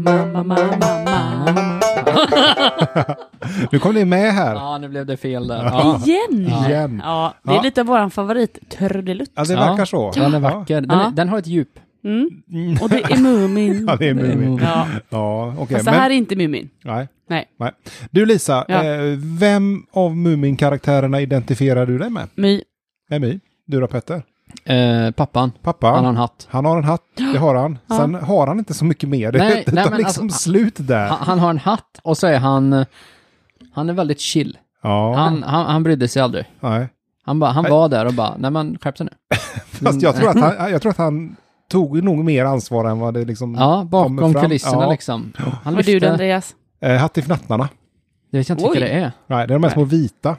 mamma, mamma. Nu kom ni med här. Ja, nu blev det fel där. Ja. Igen! Igen. Ja, det är Ja. lite våran favorit, trudelutt. Ja, det Ja. verkar så. Den är vacker. Den, Ja. är, den har ett djup. Mm. Och det är Mumin. Ja, det är Det är Mumin. Mumin. Ja, Ja, okej. fast det men- här är inte Mumin. Nej. Nej. Nej. Du Lisa, Ja. eh, vem av Mumin-karaktärerna identifierar du dig med? My. Med mig? Du då Petter? Eh, pappan, Pappa? han har en hatt. Han har en hatt, det har han. Ja. Sen har han inte så mycket mer. Det Nej, är nej, utan men liksom alltså- slut där. Han, han har en hatt och så är han... eh, Han är väldigt chill. ja, Han, han, han brydde sig aldrig. nej. Han, bara, han Nej. Mm. var där och bara, nej men skärp dig nu. Fast jag tror, att han, jag tror att han tog nog mer ansvar än vad det liksom... Ja, Kommer bakom fram. kulisserna Ja. liksom. Han Och du lyfte, då, det Andreas? Eh, Hattifnattnarna. vet jag inte vilka Oj. det är. Nej, det är de här små vita.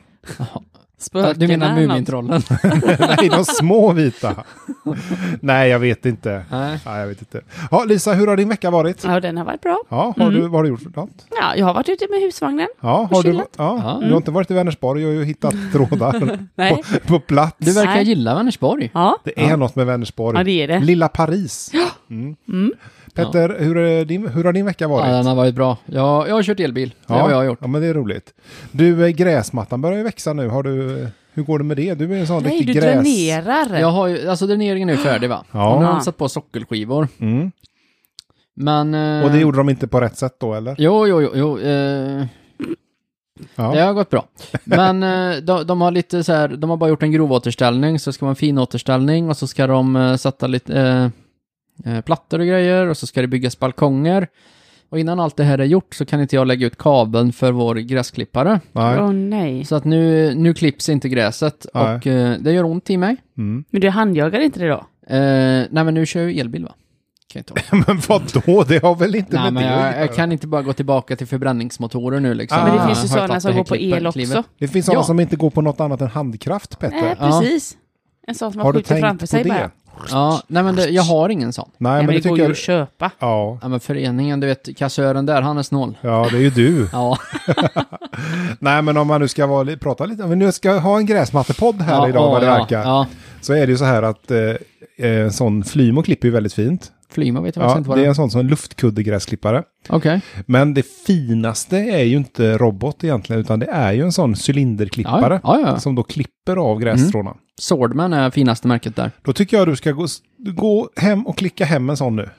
Spökena? du menar eller något? Mumintrollen? nej, de små vita. nej, jag vet inte. Nej. Nej, jag vet inte. Ja, Lisa, hur har din vecka varit? Ja, den har varit bra. Ja, har du, vad har du gjort för något? Ja, jag har varit ute med husvagnen. Ja, Och har du, ja, chillat. Ja. du har inte varit i Vänersborg och hittat trådar Nej. på, på plats. Du verkar Nej. gilla Vänersborg. Ja, Det är något med Vänersborg. ja det är det. Lilla Paris. Mm. Petter, hur, är din, hur har din vecka Ja, varit? den har varit bra. Jag, jag har kört elbil. Det har jag gjort. Ja, men det är roligt. Du, eh, gräsmattan börjar ju växa nu. Har du, eh, hur går det med det? Du är en sån Nej, riktig du gräs... dränerar. Jag har ju, alltså dräneringen är ju färdig va? Ja. Och nu har Ja. de satt på sockelskivor. Mm. Men... eh, Och det gjorde de inte på rätt sätt då, eller? Jo, jo, jo, jo eh, Ja. det har gått bra. Men eh, de, de har lite så här, de har bara gjort en grov återställning, så ska man fin återställning och så ska de eh, sätta lite eh, eh, plattor och grejer och så ska det byggas balkonger. Och innan allt det här är gjort så kan inte jag lägga ut kabeln för vår gräsklippare. Åh Nej. nej. Så att nu, nu klipps inte gräset Nej. och eh, det gör ont i mig. Mm. Men du handjagar inte det då? Eh, nej men nu kör jag ju elbil va? Kan jag inte ha. Men vadå? Det har väl inte nej med men det att jag, jag göra? kan inte bara gå tillbaka till förbränningsmotorer nu liksom. Ah. Men det Ja, finns ju Jag sådana har tagit som det går här på el klipparklivet. också. Det finns sådana Ja. som inte går på något annat än handkraft, Petter. Nej, Ja. precis. En sån som man har du skjuter tänkt framför på sig det? bara. Ja, nej men det, jag har ingen sån. Nej, Nej, men går det, tycker ju jag... att köpa. Ja. Ja men föreningen, du vet kassören där, han är snål. ja, det är ju du. Ja, Nej, men om man nu ska vara, li- prata lite, om vi nu ska ha en gräsmattepodd här ja, idag, vad det ja, verkar. Ja, Så är det ju så här att eh, eh, sån flymo klipper ju väldigt fint. Flyma vet jag faktiskt Ja, inte vad det är det är. en sån som en luftkudde-gräsklippare. Okej. Men det finaste är ju inte robot egentligen, utan det är ju en sån cylinderklippare. Ja, ja, Mm. ja. Som då klipper av grässtråna. Swordman är finaste märket där. Då tycker jag du ska gå, gå hem och klicka hem en sån nu.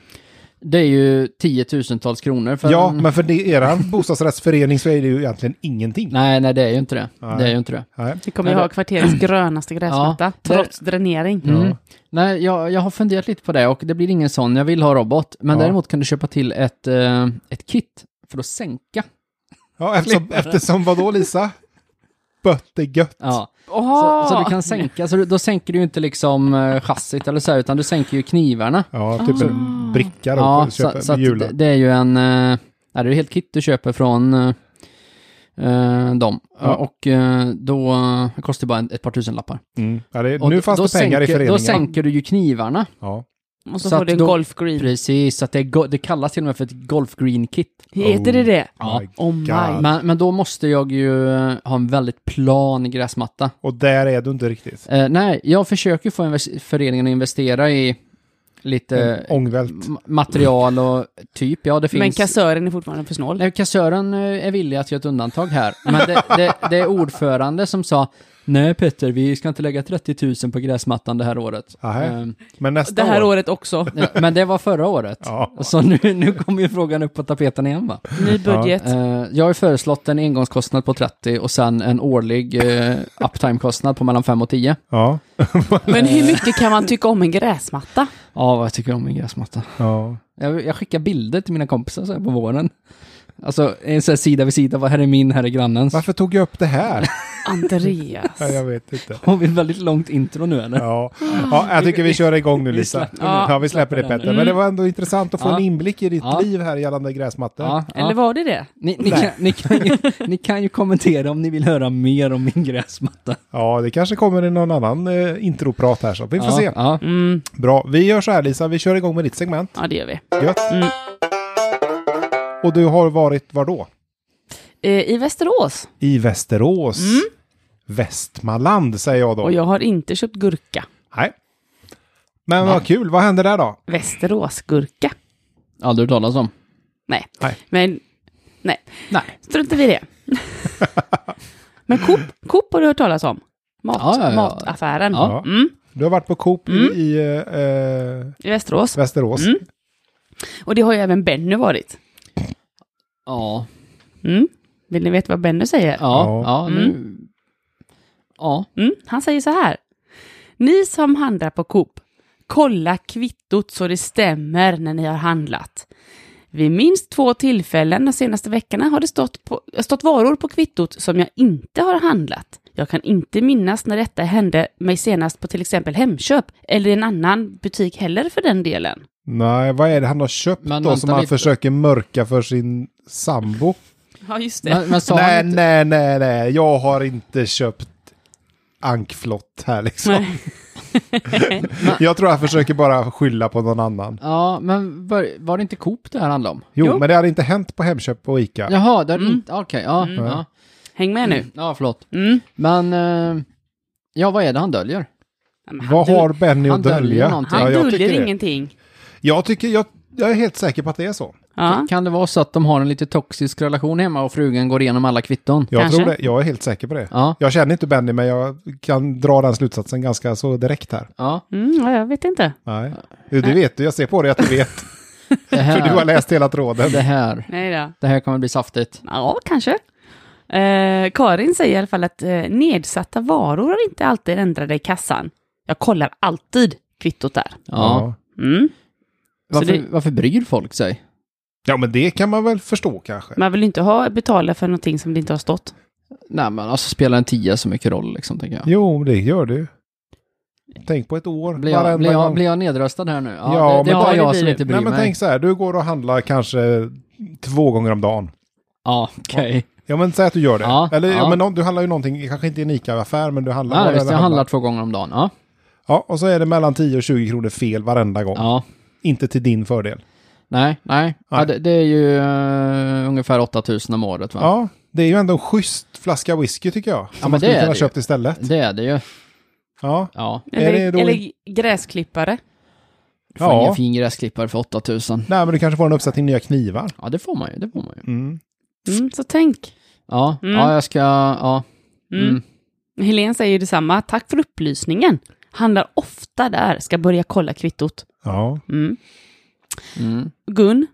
Det är ju tiotusentals kronor för Ja, en... men för det, er bostadsrättsförening så är det ju egentligen ingenting. Nej, nej det är ju inte det. Det är ju inte det. Nej. Vi kommer ju Men ha kvarterets grönaste gräsmatta, Ja, det- trots dränering. Mm. Nej, jag, jag har funderat lite på det och det blir ingen sån. Jag vill ha robot. Men Ja. däremot kan du köpa till ett, eh, ett kit för att sänka. Ja, eftersom, eftersom vadå Lisa? Böttegött. Ja. Åh! Så, Ah! så du kan sänka, så du, då sänker du ju inte liksom eh, chassit eller så här, utan du sänker ju knivarna. Ja, typ en bricka då. Ah. Ja, på- så, köpa, så att jula. det, det är ju en... eh, Ja, det är ju helt kit du köper från eh, eh, dem. Ja. Och eh, då eh, det kostar det bara en- ett par tusen lappar. Mm. Ja, det, Och nu fanns då det pengar sänker, i föreningen. Då sänker du ju knivarna. Ja. Och så, så får att du en då- Golf Green. Precis, så att det, är go- det kallas till och med för ett Golf Green Kit. Heter det det? Ja. My Oh my. God. Men, men då måste jag ju eh, ha en väldigt plan gräsmatta. Och där är du inte riktigt. Eh, nej, jag försöker få inves- föreningen att investera i lite En Ångvält. ma- material och typ, ja det finns. Men kassören är fortfarande för snål. nej, kassören eh, är villig att göra ett undantag här. Men det, det, det är ordförande som sa Nej Petter, vi ska inte lägga 30 000 på gräsmattan det här året. Aha. Eh, Men nästa Det här år. året också. ja, men det var förra året. Ja. Så nu, nu kommer ju frågan upp på tapeten igen va? Ny budget. Eh, jag har ju föreslått en engångskostnad på 30 och sen en årlig eh, uptime-kostnad på mellan 5 och 10. Ja. Men hur mycket kan man tycka om en gräsmatta? Ja, vad jag tycker om min gräsmatta. ja. Jag, jag skickar bilder till mina kompisar så här på våren. Alltså en sån här sida vid sida, vad här är min, här är grannens. Varför tog jag upp det här? Andreas. Ja, jag vet inte. Har vi ett väldigt långt intro nu eller? Ja. ja, jag tycker vi kör igång nu Lisa. Ja, vi släpper det Petter. Men det var ändå intressant att få en Ja. inblick i ditt Ja. liv här gällande gräsmattor. Ja, Eller ja. var det det? Ni, ni, kan, ni, kan ju, ni kan ju kommentera om ni vill höra mer om min gräsmatta. Ja, det kanske kommer i någon annan eh, introprat här så vi får ja, se. Ja. Mm, Bra, vi gör så här Lisa, vi kör igång med ditt segment. ja, det gör vi. Gött. Mm. Och du har varit var då? Eh, I Västerås. I Västerås. Mm. Västmanland säger jag då. Och jag har inte köpt gurka. Nej. Men vad kul, vad hände där då? Västeråsgurka. Aldrig hört talas om. Nej. Nej. Men Nej. struntar vi i det. Men Coop, Coop har du hört talas om. Mat, Ja, ja, ja. Mataffären. Ja. Mm, Du har varit på Coop i- Mm. i eh, eh, I Västerås. Västerås. Mm. Och det har ju även Benny varit. Ja. Mm. Vill ni veta vad Benny säger? Ja. Ja. Ja. Nu. Mm. Ja. Mm. Han säger så här. Ni som handlar på Coop, kolla kvittot så det stämmer när ni har handlat. Vid minst två tillfällen de senaste veckorna har det stått, på, stått varor på kvittot som jag inte har handlat. Jag kan inte minnas när detta hände mig senast på till exempel Hemköp eller i en annan butik heller för den delen. Nej, vad är det han har köpt Men då vänta som han lite. försöker mörka för sin sambo? Ja, just Men, men sa Nej, han inte... nej, nej, nej. Jag har inte köpt ankflott här liksom. Nej. Jag tror han försöker bara skylla på någon annan. Ja, men var, var det inte Coop det här handlade om? Jo, Jo. men det hade inte hänt på Hemköp och Ica. Jaha, det mm. inte... Okej, ja. Ja. Häng med nu. ja, förlåt. Mm. Men... eh, Ja, vad är det han döljer? Ja, men han Vad dul- har Benny han att döljer dölja? någonting. Ja, Han jag döljer tycker det. ingenting. Jag, tycker, jag, jag är helt säker på att det är så. Ja. Kan det vara så att de har en lite toxisk relation hemma och frugan går igenom alla kvitton? Jag Kanske. tror det. Jag är helt säker på det. Ja. Jag känner inte Benny, men jag kan dra den slutsatsen ganska så direkt här. Ja. Mm, ja, jag vet inte. Nej. Du, det vet du. Jag ser på dig att du vet. Det För du har här... läst hela tråden. Det här... Nej då. Det här kommer bli saftigt. Ja, kanske. Eh, Karin säger i alla fall att eh, nedsatta varor är inte alltid ändrade i kassan. Jag kollar alltid kvittot där. Ja. Mm. Så Varför, det- varför bryr folk sig? Ja, men det kan man väl förstå kanske. Man vill ju inte ha, betala för någonting som det inte har stått. Nej, men alltså spelar en tia så mycket roll liksom, tänker jag. Jo, det gör du. Tänk på ett år. Blir jag, varenda blir jag, gång. blir jag nedröstad här nu? Ja, Ja, det, det är men- bara Ja, det jag blir som du. inte bryr Nej, men mig. tänk så här. Du går och handlar kanske två gånger om dagen. Ja, okej. Ja, men säg att du gör det. Ja, Eller, ja. ja. men om- du handlar ju någonting, kanske inte i en ICA-affär, men du handlar. Ja, vad visst, du jag än handlar två gånger om dagen. Ja, Ja, och så är det mellan 10 och 20 kronor fel varenda gång. ja. Inte till din fördel. Nej, nej. Ja, Nej. det, det är ju eh, ungefär 8000 om året va? Ja, det är ju ändå en schysst flaska whisky tycker jag. Som men man det skulle är kunna ha det ju. köpt istället. Det är det ju. Ja, Ja. Är Eller, det då- eller gräsklippare. Du får Ja. ingen fin gräsklippare för 8000. nej men du kanske får en uppsättning nya knivar. Ja, det får man ju. Det får man ju. Mm. Mm, så tänk. Ja, Mm. ja jag ska... Ja. Mm. Mm. Helene säger ju detsamma. Tack för upplysningen. Handlar ofta där. Ska börja kolla kvittot. Ja. Mm. Mm. Gun,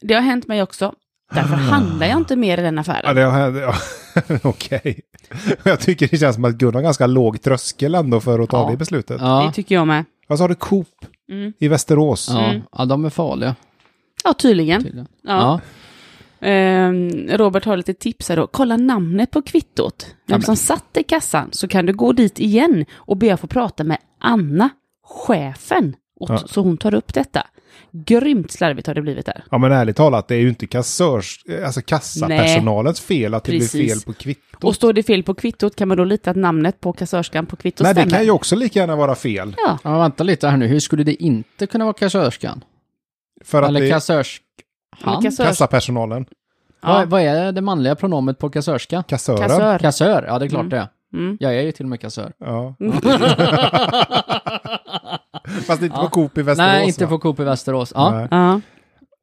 det har hänt mig också. Ah. Därför handlar jag inte mer i den affären. ja, det har ja. Okej. Jag tycker det känns som att Gun har ganska låg tröskel ändå för att ta Ja. det beslutet. Det Ja. tycker jag med. Vad sa du? Coop Mm. i Västerås? Ja. Mm. ja, de är farliga Ja, tydligen. tydligen. ja. Ja. Ehm, Robert har lite tips här då. Kolla namnet på kvittot. Vem som satt i kassan så kan du gå dit igen och be att få prata med Anna, chefen, åt, Ja. så hon tar upp detta. Grymt slarvigt har det blivit där. Ja men ärligt talat, det är ju inte kassörs, alltså kassapersonalens fel att det blir Precis. fel på kvittot. Och står det fel på kvittot kan man då lita att namnet på kassörskan på kvittot Nej, det stämmer. kan ju också lika gärna vara fel. Ja, Ja, vänta lite här nu. Hur skulle det inte kunna vara kassörskan? För att Eller det, eller kassörskan? kassörs- kassapersonalen, ja. Vad, vad är det manliga pronomet på kassörska? kassören. kassör. Kassör, ja det är klart det är. Mm. Jag är ju till och med kassör. Ja. Fast inte på Coop i Västerås. Nej, inte va? på Coop i Västerås. Ja. Nej. Ja.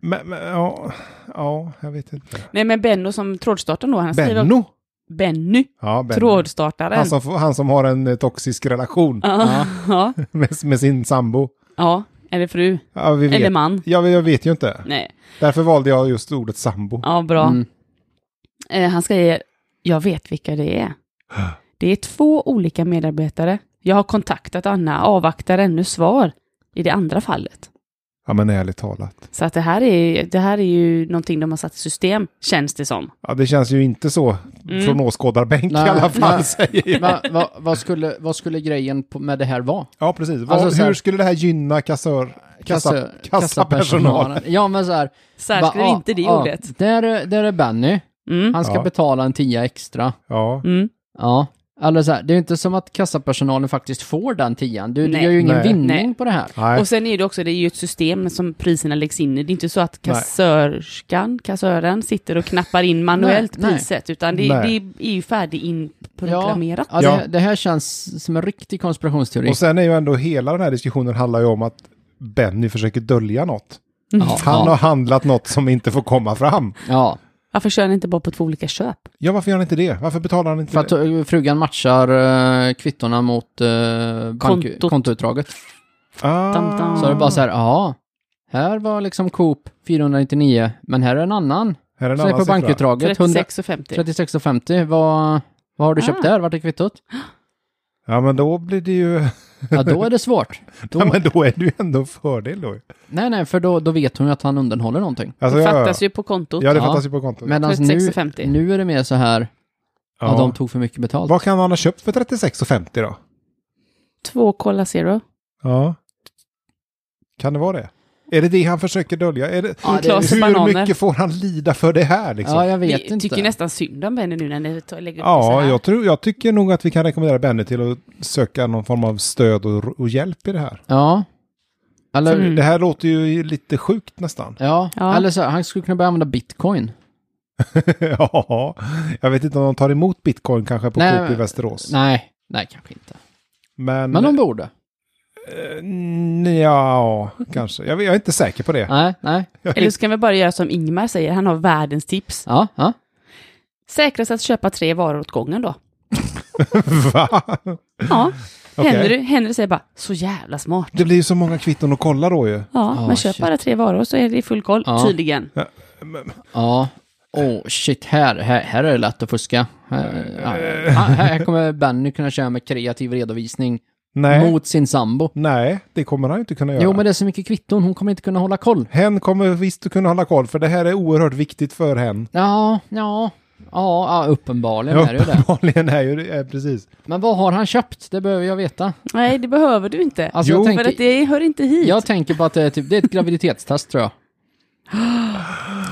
Men, men ja, ja, jag vet inte. Nej, men Benno som trådstartaren då, han skriver... Benno? Alltså- Benny, Ja, Benno. trådstartaren. Han som, han som har en eh, toxisk relation ja. ja. med, med sin sambo. ja, eller fru, Ja, vi eller vet. man. Ja, jag vet ju inte. Nej. Därför valde jag just ordet sambo. Ja, bra. Mm. Eh, han säger, jag vet vilka det är. Det är två olika medarbetare. Jag har kontaktat Anna, avvaktar ännu svar i det andra fallet. Ja, men ärligt talat. Så att det här är, det här är ju någonting de har satt i system, känns det som. Ja, det känns ju inte så Mm. från åskådarbänk Nej, i alla fall, nej. säger jag. Va, va, vad, skulle, vad skulle grejen på- med det här vara? Ja, precis. Vad- Alltså, så här- hur skulle det här gynna kassör, kassa, Kassö- kassapersonalen? Ja, men så här. Särskilt va, ja, inte det ja. ordet. Där, är- där är Benny. Mm. Han ska Ja. betala en tia extra. Ja. Mm. Ja. Eller så här, det är ju inte som att kassapersonalen faktiskt får den tian. Du, du Nej. gör ju ingen Nej. vinning Nej. på det här. Nej. Och sen är det också, det är ju ett system som priserna läggs in i. Det är inte så att kassörskan, kassören, sitter och knappar in manuellt Nej, nej. priset, utan det, det Nej. är ju färdiginprogrammerat. Ja, det, Ja. det här känns som en riktig konspirationsteori. Och sen är ju ändå hela den här diskussionen handlar ju om att Benny försöker dölja något. Ja, Han har ja, handlat något som inte får komma fram. ja. Varför kör ni inte bara på två olika köp? Ja, varför gör han inte det? Varför betalar han inte För att det? eh, frugan matchar eh, kvittorna mot eh, bank, Kontot. kontoutdraget. Ah. Dam, dam. Så är det bara så här, ja, här var liksom Coop 499, men här är en annan. Här är en Så är annan på siffra. bankutdraget 100 36,50. 36,50. Vad, vad har du köpt Ah. där? Vart är kvittot? Ja, men då blir det ju... Ja, då är det svårt. Då, Ja, men då är det ju ändå en fördel då. Nej, nej, för då, då vet hon ju att han undanhåller någonting. Alltså, det ja, fattas ju på kontot. Ja, det Ja. fattas ju på kontot. Medan nu, 36,50. nu är det mer så här, ja. Ja. de tog för mycket betalt. Vad kan han ha köpt för 36,50 då? Två Cola Zero. Ja. Kan det vara det? Är det det han försöker dölja? Är det, Ja, Ja, en det- glas hur bananer. mycket får han lida för det här liksom? Ja, jag Vi vet inte. tycker nästan synd om Benny nu när ni tar- lägger upp det så Ja, här. jag, tror, jag tycker nog att vi kan rekommendera Benny till att söka någon form av stöd och, och hjälp i det här. Ja. Eller, Mm. Det här låter ju lite sjukt nästan. ja. Ja. Eller så här, han skulle kunna börja använda bitcoin. ja, jag vet inte om de tar emot bitcoin kanske på Nej, Coop i men- Västerås. Nej, nej kanske inte. Men, Men de borde. eh, ja, kanske. Jag, vet- jag är inte säker på det. Nej, nej. Eller så kan vi bara göra som Ingmar säger, han har världens tips. Ja, ja. Säkrast att köpa tre varor åt gången då. Va? Ja, Okej. Henry, Henry säger bara, så jävla smart. Det blir ju så många kvitton att kolla då ju. Ja, Ah, men köp shit. bara tre varor så är det i full koll, Ja. tydligen. Ja. Oh shit, här, här, här är det lätt att fuska. Här, ja, Ah, här, här kommer Benny kunna köra med kreativ redovisning Nej, mot sin sambo. nej, det kommer han ju inte kunna göra. Jo, men det är så mycket kvitton, hon kommer inte kunna hålla koll. Hen kommer visst att kunna hålla koll, för det här är oerhört viktigt för hen. Ja, ja, ja, ja uppenbarligen är det ju det. Uppenbarligen är ju det, är precis. Men vad har han köpt? Det behöver jag veta. Nej, det behöver du inte. Alltså, Jo, jag, för att tänker, det hör inte hit. jag tänker på att det är, typ, det är ett graviditetstest tror jag.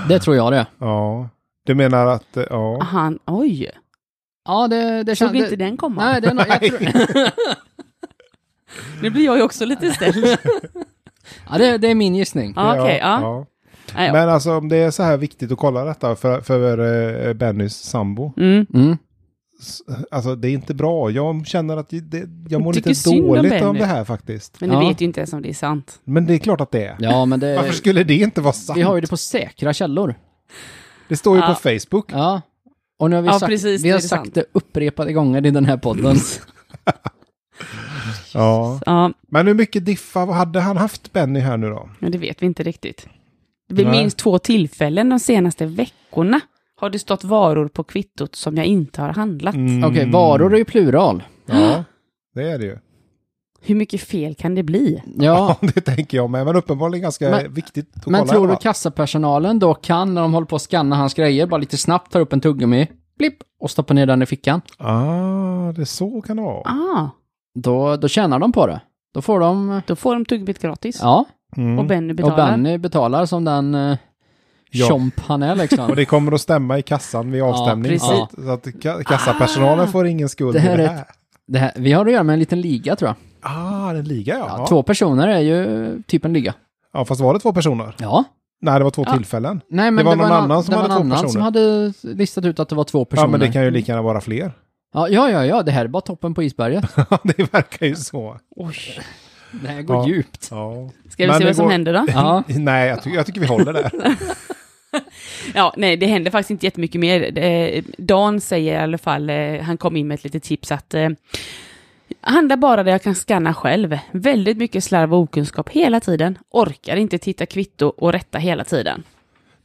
Det tror jag det. Ja, du menar att, eh, ja. Han, oj, Ja, det, det såg känns... inte det, den komma. Nej, det är no, jag tror, Nu blir jag ju också lite ställd. ja, det, det är min gissning. Ja, okej, ja. Nej, ja. Men alltså om det är så här viktigt att kolla detta för, för eh, Bennys sambo. Mm. Mm. s- Alltså det är inte bra. Jag känner att det, jag mår Tycker lite synd om dåligt om Benny. det här faktiskt. Men ni Ja. vet ju inte ens om det är sant. Men det är klart att det är. Ja, men det, Varför skulle det inte vara sant? vi har ju det på säkra källor. Det står ju Ja. på Facebook. Ja. Och nu har vi Ja, sagt, precis, vi det har är sagt sant. det upprepade gånger i den här podden. Ja. Ja, Men hur mycket diffa vad hade han haft Benny här nu då? men det vet vi inte riktigt. Vid Nej. minst två tillfällen de senaste veckorna har det stått varor på kvittot som jag inte har handlat. Mm. Okej, varor är ju plural. Ja, det är det ju. Hur mycket fel kan det bli? Ja, Ja, det tänker jag med. Men uppenbarligen ganska Men- viktigt att men kolla. tror va? du kassapersonalen då kan, när de håller på att scanna hans grejer, bara lite snabbt tar upp en tuggummi, blipp, och stoppar ner den i fickan? Ah, det är så kan det vara. Ah, Då, då tjänar de på det. Då får de... då får de tuggbit gratis. Ja, Mm. Och Benny och betalar. Benny betalar som den eh, Ja. tjomp han är Och liksom. det kommer att stämma i kassan vid avstämning. precis. så, att, så att ka- kassapersonalen får ingen skuld Ah. Det här i det är här. Det här, vi har att göra med en liten liga tror jag. Ah, det är en liga ja. Ja, Ja, Två personer är ju typ en liga. ja, fast var det två personer? Ja. Nej, det var två Ja. tillfällen. Nej, men Det det var var, någon en an- annan som det var hade en två annan som hade listat ut att det var två personer. Ja, men det kan ju lika gärna vara fler. ja, ja, ja, ja, det här är bara toppen på isberget. Ja, det verkar ju så. Oj. Det här går Ja. djupt. Ja. Ska vi Men se det vad som går- händer då? Ja. Nej, jag, ty- jag tycker vi håller där. Ja, nej, det händer faktiskt inte jättemycket mer. Eh, Dan säger i alla fall, eh, han kom in med ett litet tips att eh, handla bara där jag kan scanna själv. Väldigt mycket slarv och okunskap hela tiden. Orkar inte titta kvitto och rätta hela tiden.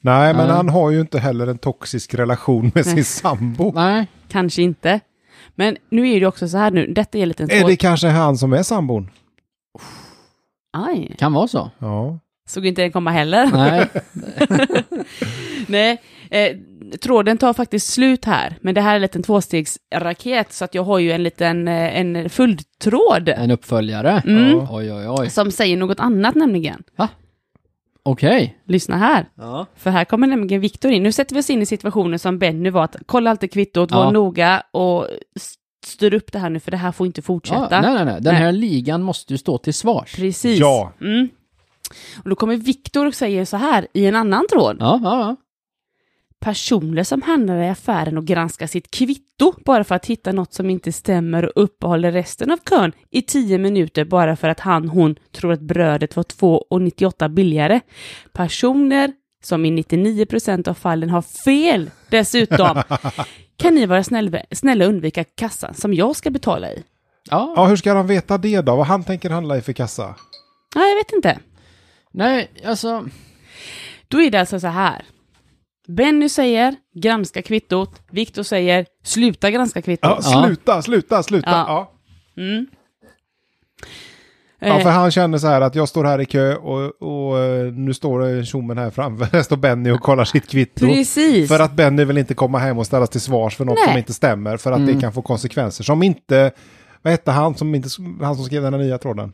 Nej, men Nej. han har ju inte heller en toxisk relation med sin sambo. Nej. Kanske inte. Men nu är det också så här nu, detta är lite en Är svår... det kanske han som är sambon? Aj, Kan vara så. Ja. såg inte den komma heller. Nej. Nej, eh, tråden tar faktiskt slut här, men det här är en liten tvåstegsraket så att jag har ju en liten eh, en följdtråd En uppföljare. Mm. Ja. Oj, oj, oj. som säger något annat nämligen. Okej. Lyssna här. Ja. För här kommer nämligen Viktor in. Nu sätter vi oss in i situationen som Benny var, att kolla alltid kvittot, var Ja. noga och s- styr upp det här nu, för det här får inte fortsätta. nej, nej, nej. Den Nej. här ligan måste ju stå till svars. Precis. Ja. Mm. Och då kommer Viktor och säger så här i en annan tråd. Ja, ja, ja. personer som handlar i affären och granskar sitt kvitto bara för att hitta något som inte stämmer och uppehåller resten av kön i 10 minuter bara för att han hon tror att brödet var 2,98 billigare. Personer som i 99% av fallen har fel dessutom. kan ni vara snälla, snälla undvika kassan som jag ska betala i? Ja. Ja, hur ska han veta det då? Vad han tänker handla i för kassa? Nej, jag vet inte. Nej, alltså... Då är det alltså så här. Benny säger granska kvittot. Viktor säger sluta granska Ja, kvittot. sluta, sluta, sluta. Ja. Ja. Mm. Ja, Eh, för han känner så här att jag står här i kö och, och eh, nu står eh, tjommen här framför. Här står Benny och kollar sitt kvitto. Eh, precis. För att Benny vill inte komma hem och ställas till svars för något Nej. Mm. som inte stämmer. För att det kan få konsekvenser som inte... Vad hette han som, inte, han som skrev den här nya tråden?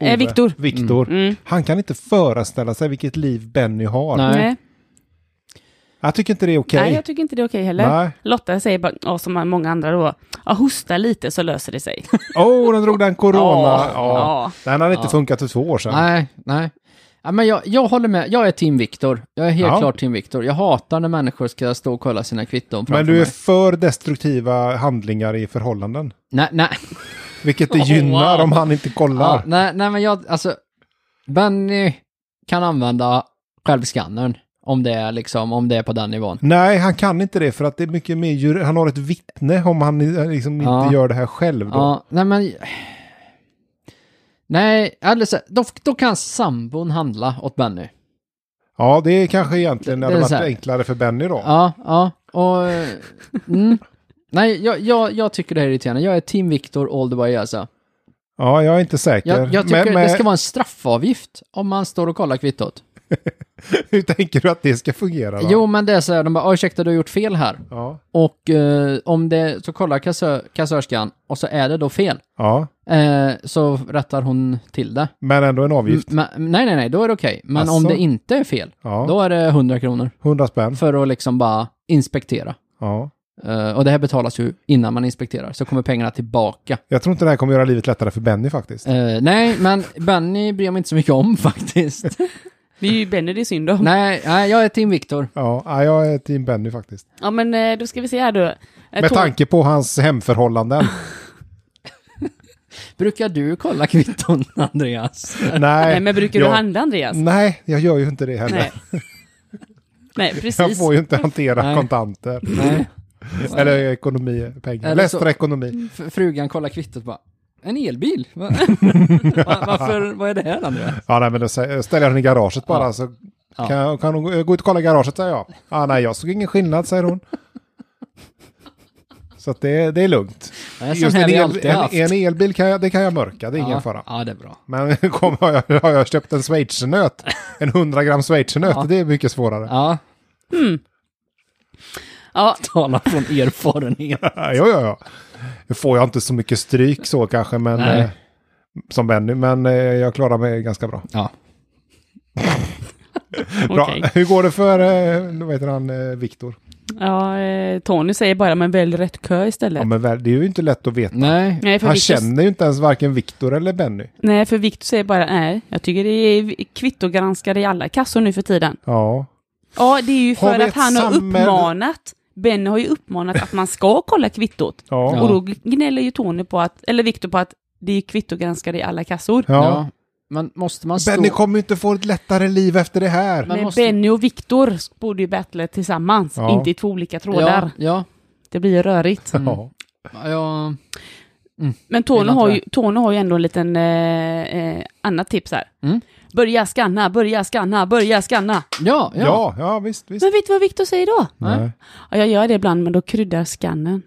eh, Viktor. Viktor. Mm. Han kan inte föreställa sig vilket liv Benny har. Nej. Nej. Jag tycker inte det är okej. Nej, jag tycker inte det är okej heller. Nej. Lotta säger bara, ja, som många andra då, ja, hosta lite så löser det sig. Åh, de drog den corona. Ja, Ja, ja. Den hade inte funkat för två år sedan. Nej, nej. Ja, men jag, jag håller med. Jag är team Viktor. Jag är helt Ja. klart team Viktor. Jag hatar när människor ska stå och kolla sina kvitton framför Men du är mig. för destruktiva handlingar i förhållanden. Nej, nej. Vilket det Oh, gynnar wow. om han inte kollar. Ja, nej, nej, men jag, alltså, Benny kan använda självskannern om det är liksom, om det är på den nivån. Nej, han kan inte det för att det är mycket mer djur. Han har ett vittne om han eh, liksom Ja. inte gör det här själv. Då. Ja, nej men... Nej, eller så, då, då kan sambon handla åt Benny. Ja, det är kanske egentligen Det- hade det är varit så här. enklare för Benny då. Ja, ja, och... eh, Mm. Nej, jag, jag, jag tycker det här är irriterande. Jag är team Viktor all the way alltså. Ja, jag är inte säker. Jag, jag tycker men eh, det men ska vara en straffavgift om man står och kollar kvittot. hur tänker du att det ska fungera? Då? Jo, men det är så här, de bara, "Oj, ursäkta du har gjort fel här. Ja. Och eh, om det, så kollar kassö, kassörskan och så är det då fel. ja, Eh, så rättar hon till det. men ändå en avgift. M- men- nej, nej, nej, då är det okej. Men om Asså? det inte är fel, Ja. då är det 100 kronor 100 spänn. för att liksom bara inspektera. Ja. Eh, och det här betalas ju innan man inspekterar, så kommer pengarna tillbaka. Jag tror inte det här kommer göra livet lättare för Benny faktiskt. Eh, nej, men Benny bryr jag mig inte så mycket om faktiskt. Det är ju Benny det är synd om. nej, nej, jag är team Viktor. Ja, ja, jag är team Benny faktiskt. Ja, men eh, då ska vi se här då. Eh, Med Tor- tanke på hans hemförhållanden. Brukar du kolla kvitton, Andreas? Nej, Nej, men brukar jag, du handla Andreas? Nej, jag gör ju inte det heller. Nej. Nej, Jag precis. får ju inte hantera Nej. kontanter. nej. Eller ekonomi, pengar. Eller Läst så- för ekonomi. F- frugan kollar kvittot bara. En elbil? Va? Va- Varför, vad är det här Andreas? Ja, nej, men då sä- ställer jag den i garaget bara. Så Ja. kan, jag- kan hon gå- gå ut och kolla i garaget, säger jag. Ah, nej, jag såg ingen skillnad, säger hon. Så att det, det är lugnt. Det är Just sån en, här vi el, alltid en, haft. en elbil kan jag, det kan jag mörka, det är ingen ja, fara. Ja, det är bra. Men kom, har, jag, har jag köpt en schweizernöt, en 100 gram schweizernöt, det är mycket svårare. Ja, Ja, tala från erfarenhet. Ja, ja, ja. Nu får jag inte så mycket stryk så kanske, men... Nej. Eh, som Benny, men eh, jag klarar mig ganska bra. Ja. bra. okej. Hur går det för, eh, vad heter han, eh, Viktor? Ja, eh, Tony säger bara, men välj rätt kö istället. Ja, men väl, det är ju inte lätt att veta. Nej. Nej, för Han Victor, känner ju inte ens varken Viktor eller Benny. nej, för Victor säger bara, nej, jag tycker det är kvittogranskare i alla kassor nu för tiden. Ja, Ja, det är ju Har för vi att ett han har samhälle- uppmanat, Benny har ju uppmanat att man ska kolla kvittot. ja, Och ja. då gnäller ju Tony på att, eller Victor på att det är kvittogranskare i alla kassor. Ja. Men måste man stå... Benny kommer ju inte få ett lättare liv efter det här. Men Men måste- Benny och Victor borde ju battla tillsammans, Ja. inte i två olika trådar. ja, ja, Det blir ju rörigt. Mm. Ja. ja. Men Tony Gillar har, inte ju, Tony har ju ändå en liten eh, eh, annat tips här. Mm. Börja skanna, börja skanna, börja skanna. Ja, ja. ja, ja, visst, visst. Men vet du vad Victor säger då? Nej. Nej. Ja, jag gör det ibland, men då kryddar skannen.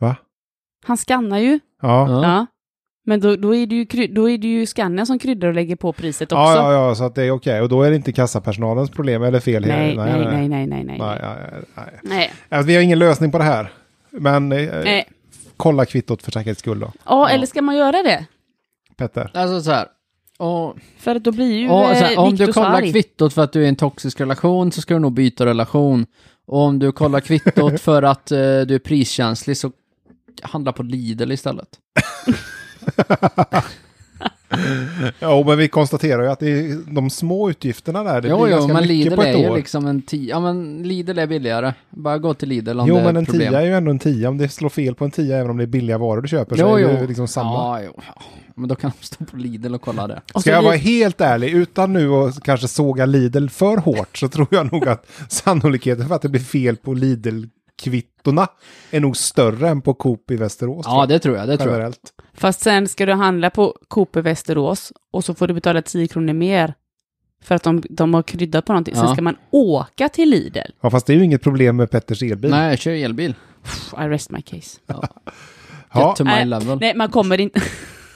Va? Han skannar ju. Ja. Ja. Ja. Men då, då, är det ju, kry- då är det ju skannen som kryddar och lägger på priset också. Ja, ja, ja, så att det är okej. Och då är det inte kassapersonalens problem eller fel. här. Nej, nej, nej, nej, nej, nej. Nej, nej, nej. Nej. Alltså, vi har ingen lösning på det här. Men eh, Nej. kolla kvittot för säkerhets skull då, Ja, eller ska man göra det? Petter. Alltså så här. Och, För att då blir ju och, så eh, här, alltså, om Victor du så kollar arg. kvittot för att du är i en toxisk relation så ska du nog byta relation. Och om du kollar kvittot för att eh, du är priskänslig så handla på Lidl istället. Ja, men vi konstaterar ju att det är de små utgifterna där, det jo, blir jo, ganska men mycket Lidl på är ett ju år. liksom en tia. Ja, men Lidl är billigare. Bara gå till Lidl om Jo, det är men en problem. tia är ju ändå en tia. Om det slår fel på en tia, även om det är billiga varor du köper, så Jo, är det jo. ju liksom samma. Ja, jo. ja. Men då kan de stå på Lidl och kolla det. Och Ska så jag li- vara helt ärlig, utan nu att kanske såga Lidl för hårt, så tror jag nog att sannolikheten för att det blir fel på Lidl-kvittorna är nog större än på Coop i Västerås. tror Ja, det tror jag. Det jag, tror jag. generellt. Fast sen ska du handla på Coop i Västerås och så får du betala 10 kronor mer för att de, de har kryddat på någonting. Sen Ja. ska man åka till Lidl. Ja, fast det är ju inget problem med Petters elbil. Nej, jag kör elbil. Pff, I rest my case. ja, Get to my Nej, level. Nej, man kommer inte...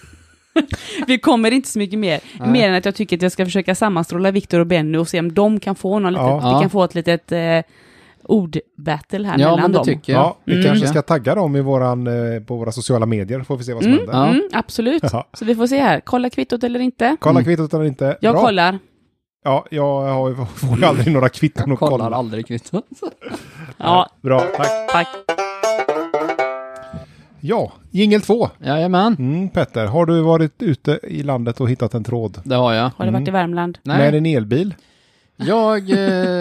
Vi kommer inte så mycket mer. Nej. Mer än att jag tycker att jag ska försöka sammanstråla Viktor och Benny och se om de kan få någon litet, Ja. vi Ja. kan få ett litet eh, ordbattle här ja, mellan men det dem. tycker jag. ja, vi Mm. kanske Ja. ska tagga dem i våran, eh, på våra sociala medier, får vi se vad som händer. Ja. Mm, absolut. Ja. Så vi får se här, kolla kvittot eller inte. Kolla Mm. kvittot eller inte. Jag Bra. kollar. Ja, jag har, ju- får ju aldrig några kvitton att Jag kollar kolla. aldrig kvittot. Ja, Bra, tack. tack. Ja, jingel två. Jajamän, Mm, Petter, har du varit ute i landet och hittat en tråd? det har jag. Har du varit i Värmland? Nej, Med en elbil? jag...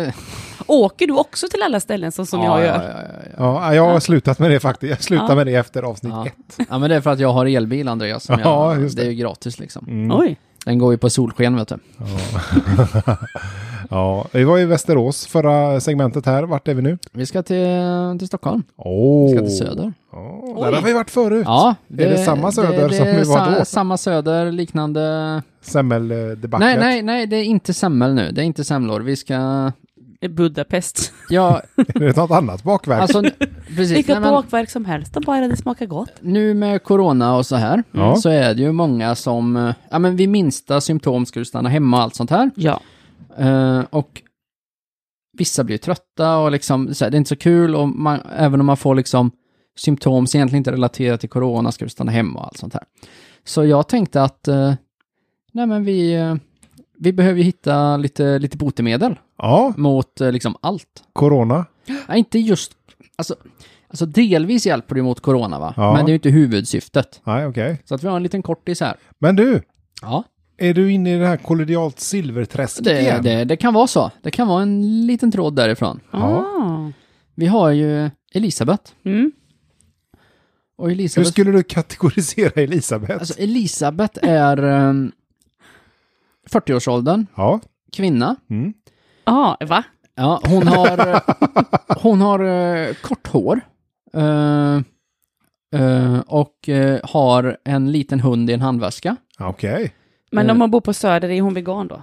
Eh, Åker du också till alla ställen som, som jag gör? Ja, ja, ja, ja. Ja, jag har slutat med det faktiskt. Jag slutade Ja. med det efter avsnitt Ja. ett. ja, men det är för att jag har elbil, Andreas. Som Ja, jag, just det. det. är ju gratis liksom. Mm. Oj. Den går ju på solsken, vet du. Ja, vi var i Västerås förra segmentet här. Vart är vi nu? Vi ska till, till Stockholm. Åh! Vi ska till Söder. Ja, där har vi varit förut. Ja, Är det samma Söder som vi är var sa- då? Samma Söder, liknande... Semmeldebaclet. Nej, nej, nej, det är inte semmel nu. Det är inte semlor. Vi ska... Budapest. Ja, Är det något annat bakverk? alltså... n- precis. Vilket Nej, men, bakverk som helst, bara det smakar gott. nu med corona och så här, Ja. så är det ju många som... eh, Ja, men vid minsta symptom ska du stanna hemma och allt sånt här. Ja. Eh, och vissa blir trötta och liksom, så här, det är inte så kul och man, även om man får liksom symptom som egentligen inte relaterar till corona ska du stanna hemma och allt sånt här. Så jag tänkte att, eh, nej men vi, eh, vi behöver ju hitta lite, lite botemedel Ja, mot eh, liksom allt. corona. Nej, inte just, alltså, alltså delvis hjälper det mot corona va, Ja. men det är ju inte huvudsyftet. Nej, okej. Så att vi har en liten kortis här. Men du, Ja, är du inne i det här kollodialt silverträsket det, igen? det, det kan vara så. Det kan vara en liten tråd därifrån. Ah. Vi har ju Elisabeth. Mm. Och Hur Elisabeth, skulle du kategorisera Elisabeth? alltså Elisabeth är ehm, 40-årsåldern, ja. kvinna. Mm. Ah, va? Ja, hon har, hon har eh, kort hår. Eh, eh, och eh, har en liten hund i en handväska. Okej. Men Eh. om man bor på Söder, är hon vegan då?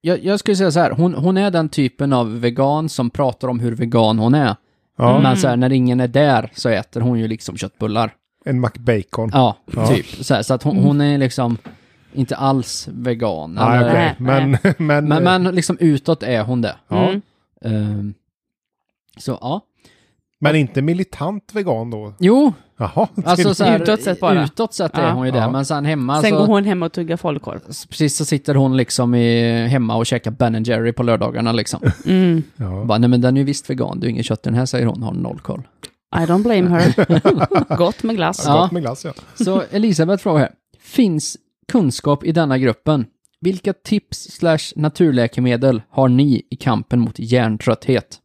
Jag, jag skulle säga så här, hon, hon är den typen av vegan som pratar om hur vegan hon är. Ja, Men så här, när ingen är där så äter hon ju liksom köttbullar. en McBacon. Ja, Ja. typ. Så, här, så att hon, hon är liksom inte alls vegan. Nej, eller- okej. Nej, Men, men, Men, men liksom utåt är hon det. Ja. Mm. Ehm, så ja. men inte militant vegan då? Jo, Jaha. alltså till- så här, Utåt sett bara. Utåt sett är Ja. hon ju det, Ja. men sen hemma Sen så... går hon hem och tuggar falukorv. Precis så sitter hon liksom i, hemma och käkar Ben Jerry på lördagarna liksom. Mm. ja. Bara, nej men den är ju visst vegan, du är inget kött i den här säger hon, har noll koll. I don't blame her. Gott med glass. Ja. Gott med glass ja. Så Elisabeth frågar här, finns kunskap i denna gruppen? Vilka tips slash naturläkemedel har ni i kampen mot hjärntrötthet?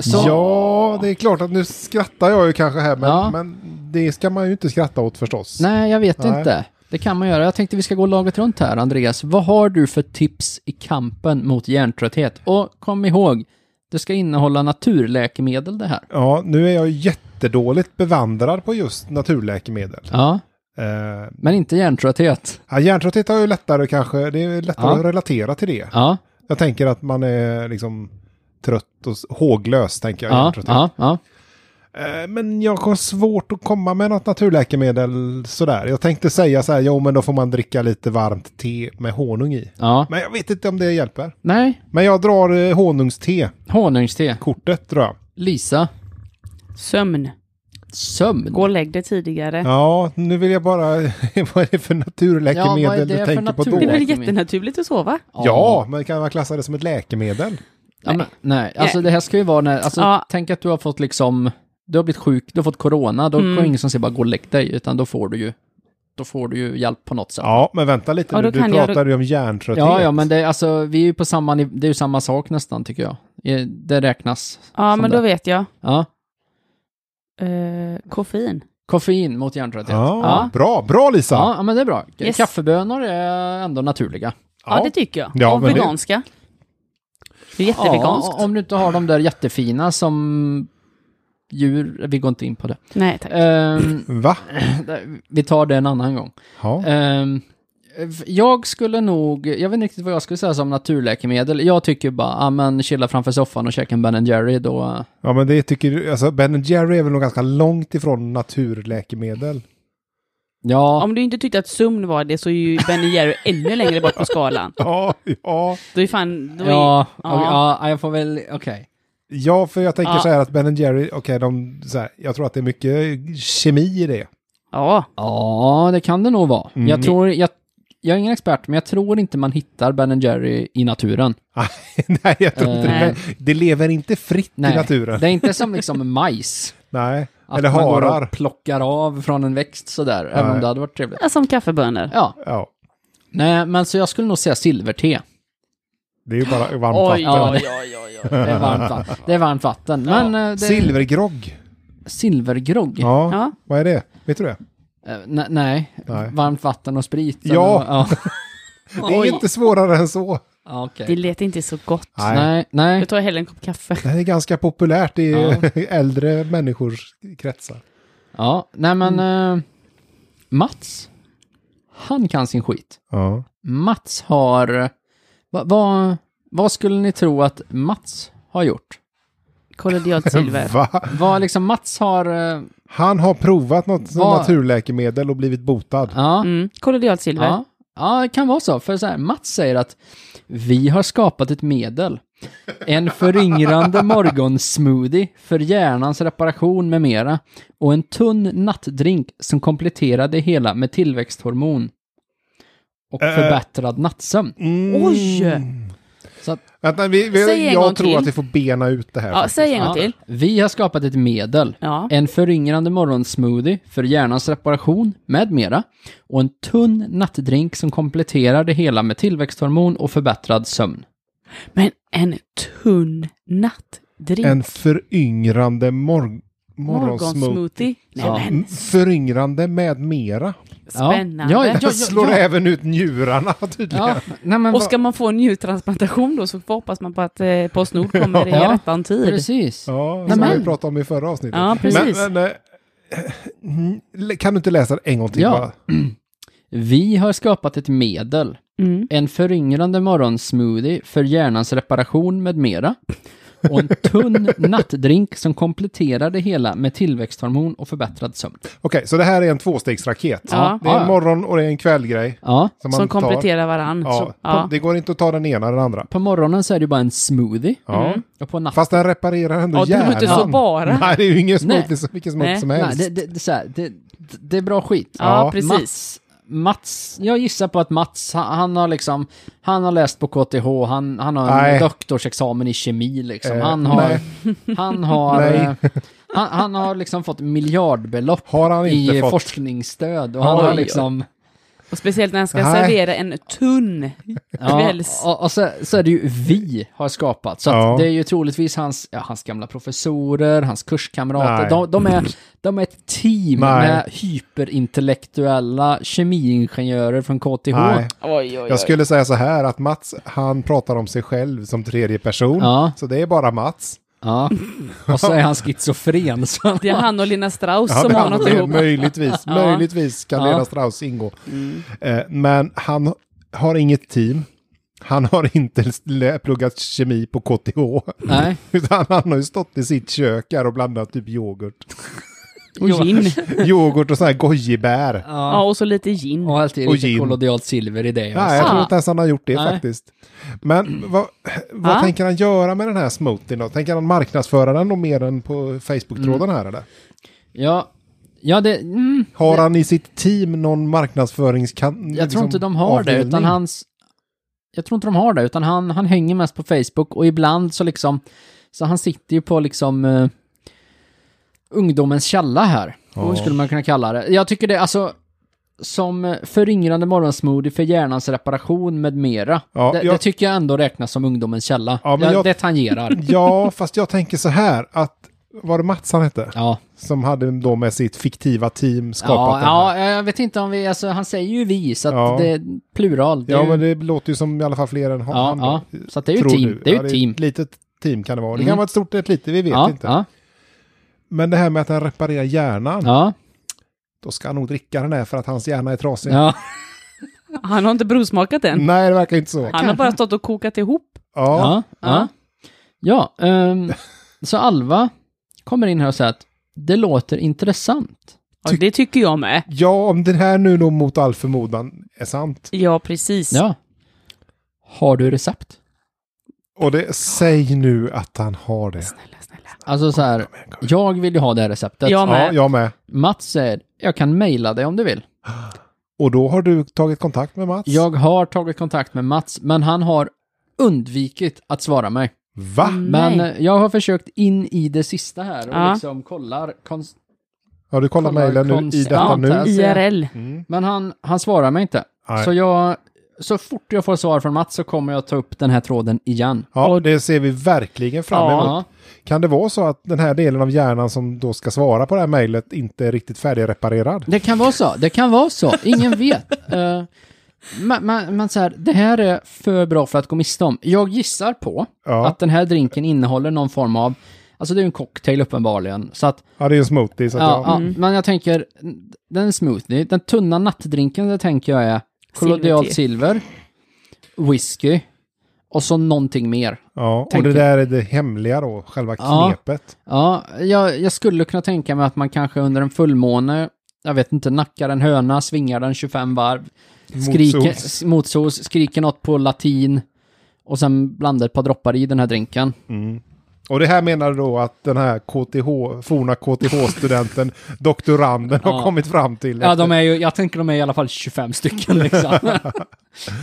Så- Ja, det är klart att nu skrattar jag ju kanske här, men, Ja. men det ska man ju inte skratta åt förstås. Nej, jag vet Nej. inte. Det kan man göra. Jag tänkte vi ska gå laget runt här, Andreas. Vad har du för tips i kampen mot hjärntrötthet? Och kom ihåg, det ska innehålla naturläkemedel det här. Ja, nu är jag jättedåligt bevandrad på just naturläkemedel. Ja, Eh, men inte hjärntrötthet. ja, hjärntrötthet har ju lättare kanske, det är lättare Ja. att relatera till det. Ja, Jag tänker att man är liksom trött och s- håglös, tänker jag. ja, hjärntrötthet. ja, ja. Eh, Men jag har svårt att komma med något naturläkemedel sådär. Jag tänkte säga så här, jo men då får man dricka lite varmt te med honung i. ja. Men jag vet inte om det hjälper. Nej, Men jag drar eh, honungste-kortet honungste. tror jag. Lisa, Sömn. sömn. Gå och lägg dig tidigare. Ja, nu vill jag bara... vad är det för naturläkemedel Ja, vad är det du för tänker på Det är då? naturläkemedel? väl jättenaturligt att sova? Ja, men kan man klassa det som ett läkemedel? Ja, men, nej, alltså det här ska ju vara när, alltså Ja. tänk att du har fått liksom du har blivit sjuk, du har fått corona, då Mm. kan ingen som säger bara gå och lägg dig, utan då får du ju, då får du ju hjälp på något sätt. Ja, men vänta lite Ja, nu. då Du kan jag- pratade ju om hjärntrötthet. Ja, ja, men det, är alltså, vi är ju på samma, niv- det är ju samma sak nästan tycker jag. Eh, Det räknas. Ja, som men det. då vet jag. Ja. Eh, koffein. Koffein mot hjärntrötthet. Ja. Ja, Ja. Bra, bra Lisa! Ja, men det är bra. Yes. Kaffebönor är ändå naturliga. Ja, det tycker jag. Ja, och men det- veganska. Det är jätteveganskt. Ja, om du inte har de där jättefina som djur, vi går inte in på det. Nej, tack. Ehm, Va? vi tar det en annan gång. Ja. Ehm, f- jag skulle nog, jag vet inte riktigt vad jag skulle säga som naturläkemedel. Jag tycker bara, ah, men chilla framför soffan och käka en Ben Jerry då. eh, ja, men det tycker du. Alltså, Ben Jerry är väl nog ganska långt ifrån naturläkemedel. Ja, Om du inte tyckte att sömn var det så är ju Ben Jerry ännu längre bort på skalan. Ja, ja. Då är fan... Då är... ja, ja. ja. ja, jag får väl, okej. Ja, för jag tänker Ja. så här att Ben Jerry, okej, de, så här, jag tror att det är mycket kemi i det. ja. Ja, det kan det nog vara. Mm. Jag tror, jag, jag är ingen expert, men jag tror inte man hittar Ben Jerry i naturen. Nej, jag tror inte det. Eh. Men Det lever inte fritt Nej. i naturen. Det är inte som liksom majs. Nej, Att eller man går harar. och plockar av från en växt sådär, även om det hade varit trevligt. Som kaffebönor. Ja, Ja, nej, men så jag skulle nog säga silverte. det är ju bara varmt Oj, vatten. Ja, oj, oj, oj, oj. Det är varmt vatten. Det är varmt vatten. Men eh, det Silvergrogg. silvergrogg? Ja. Ja. vad är det? Vet du det? Eh, ne- nej. Nej. varmt vatten och sprit. Ja. eller vad- Det är inte svårare än så. ja okej. Det lät inte så gott. Nej. Nej, nej. Jag tar hellre en kopp kaffe. Det är ganska populärt i Ja. äldre människors kretsar. Ja, nej men eh, Mats, han kan sin skit. Ja. Mats har... Vad va, vad skulle ni tro att Mats har gjort? Kollodialt silver. Va? Vad liksom Mats har... eh, Han har provat något Va? naturläkemedel och blivit botad. Ja, Mm. Kollodialt silver. ja, ja, det kan vara så. För så här, Mats säger att vi har skapat ett medel. En föryngrande morgonsmoothie för hjärnans reparation med mera. Och en tunn nattdrink som kompletterar det hela med tillväxthormon. Och Eh. förbättrad nattsömn. Mm. Oj! Så att, Vänta, vi, Säg vi, en gång jag tror till. att vi får bena ut det här. Ja, faktiskt. säg en gång till. vi har skapat ett medel. Ja. En föryngrande morgonsmoothie för hjärnans reparation med mera och en tunn nattdrink som kompletterar det hela med tillväxthormon och förbättrad sömn. Men en tunn nattdrink. En föryngrande mor- morgonsmoothie. Mm. morgonsmoothie. Nej, Ja. men Föryngrande med mera. spännande. Ja, ja, ja. Slår även ut njurarna tydligen. Ja, nej men Och vad- ska man få en njurtransplantation då så hoppas man på att eh, Postnord kommer i Ja, rättan tid. precis. Ja, Nej, som men- vi pratade om i förra avsnittet. Ja, precis. Men, men, eh, kan du inte läsa det en gång till? Ja. bara? Vi har skapat ett medel, Mm. en föryngrande morgonsmoothie för hjärnans reparation med mera och en tunn nattdrink som kompletterar det hela med tillväxthormon och förbättrad sömn. Okej, så det här är en tvåstegsraket. Ja. Det är Ja. en morgon och det är en kvällgrej. Ja, Som, Som man tar. kompletterar varann. Ja. Ja. Det går inte att ta den ena eller den andra. på morgonen så är det ju bara en smoothie Ja. och på natten Fast den reparerar Mm. ändå Ja, det är ju hjärnan. inte så bara. Nej, det är ju ingen Nej. smoothie, som- vilken smoothie Nej. som Nej, helst. det, det, det, är så här, det, det är bra skit. Ja, Ja. precis. Mats, Mats, jag gissar på att Mats, han, han har liksom, han har läst på KTH, han, han har en Nej. doktorsexamen i kemi liksom. Eh, han har, nej. han har, Nej. eh, han, han har liksom fått miljardbelopp Har han inte i fått. forskningsstöd och han Oj, har oj. liksom, Och speciellt när han ska Nej. servera en tunn ja, kvälls... och, och så, så är det ju vi har skapat. Så att Ja. det är ju troligtvis hans, ja, hans gamla professorer, hans kurskamrater, Nej. de, de, är, de är ett team Nej. med hyperintellektuella kemiingenjörer från KTH. Nej. Oj, oj, oj. Jag skulle säga så här att Mats, han pratar om sig själv som tredje person. Ja. Så det är bara Mats. Ja, och så är han schizofren. Så han, Det är han och Lina Strauss Ja, som det har handlar- något ihop. Möjligtvis, Ja. Mm. möjligtvis kan Ja. Lena Strauss ingå. Eh, Men han har inget team. Han har inte lä- pluggat kemi på KTH. nej. Utan han har ju stått i sitt kök här och blandat typ yoghurt. Och gin. Yoghurt och sådana här gojibär. Ja, och så lite gin. Och alltid Och lite gin. kollodialt silver i det. Nej, jag Ja. tror inte ens han har gjort det Nej. Mm. faktiskt. Men vad, vad Ja. tänker han göra med den här smoothien då? Tänker han marknadsföra den och mer än på Mm. Facebook-tråden här eller? Ja, ja det, mm, Har han i sitt team någon marknadsföringskan... jag tror liksom, inte de har det, utan avdelning? hans... Jag tror inte de har det, utan han, han hänger mest på Facebook och ibland så liksom... Så han sitter ju på liksom... eh, ungdomens källa här. Ja. Skulle man kunna kalla det. Jag tycker det, alltså, som föryngrande morgonsmoothie för hjärnans reparation med mera. Ja, det, jag- det tycker jag ändå räknas som ungdomens källa. Ja, men det, jag- det tangerar. Ja, fast jag tänker så här att var det Mats han hette? Ja, Som hade då med sitt fiktiva team skapat ja, den här. ja, jag vet inte om vi, alltså han säger ju vi, så att Ja. det är plural. Det är ja, ju- men det låter ju som i alla fall fler än ja, han. ja, då, så att det är ju tror team. du. Det är Ja, ju ett team. Ett litet team kan det vara. Det Mm. kan vara ett stort eller ett litet, vi vet Ja, inte. ja, Men det här med att han reparerar hjärnan, ja, då ska han nog dricka den här för att hans hjärna är trasig. ja. Han har inte provsmakat än. Nej, det verkar inte så. Ja, Han har bara stått och kokat ihop. ja. Ja. ja. ja ehm, så Alva kommer in här och säger att det låter intressant. Ja, det tycker jag med. om det här nu då mot all förmodan är sant. Ja, precis. Ja. Har du recept? Och det, säg nu att han har det. Snälla, snälla. Alltså så här, jag vill ju ha det här receptet. Jag med. Ja, jag med. Mats säger, jag kan mejla dig om du vill. Och då har du tagit kontakt med Mats? Jag har tagit kontakt med Mats, men han har undvikit att svara mig. Va? Men Nej. eh, jag har försökt in i det sista här och Ja. liksom kollar. Konst... Har du kollat Kollar mejlen nu i konstigt. detta Ja, nu? där. alltså, IRL. Mm. Men han, han svarar mig inte. Nej. Så jag, så fort jag får svar från Mats så kommer jag ta upp den här tråden igen. Ja, det ser vi verkligen fram emot. Ja. Kan det vara så att den här delen av hjärnan som då ska svara på det här mejlet inte är riktigt färdigreparerad? Det kan vara så, det kan vara så. Ingen vet. Eh, men men, men så här, det här är för bra för att gå miste om. Jag gissar på Ja. att den här drinken innehåller någon form av, alltså det är ju en cocktail uppenbarligen. Så att, Ja, det är ju en smoothie. Så att ja, ja, ja, men jag tänker, den är smoothie, den tunna nattdrinken det tänker jag är kollodialt Silverte. silver, whisky och så någonting mer. ja. Och tänker- det där är det hemliga då, själva Ja. knepet. Ja, jag, jag skulle kunna tänka mig att man kanske under en fullmåne, jag vet inte, nackar en höna, svingar den 25 varv, skriker, Motsols. s- motsols, skriker något på latin och sen blandar ett par droppar i den här drinken. Och det här menar då att den här KTH, forna KTH-studenten, doktoranden, har Ja. kommit fram till. Ja, de är ju, jag tänker de är i alla fall 25 stycken liksom.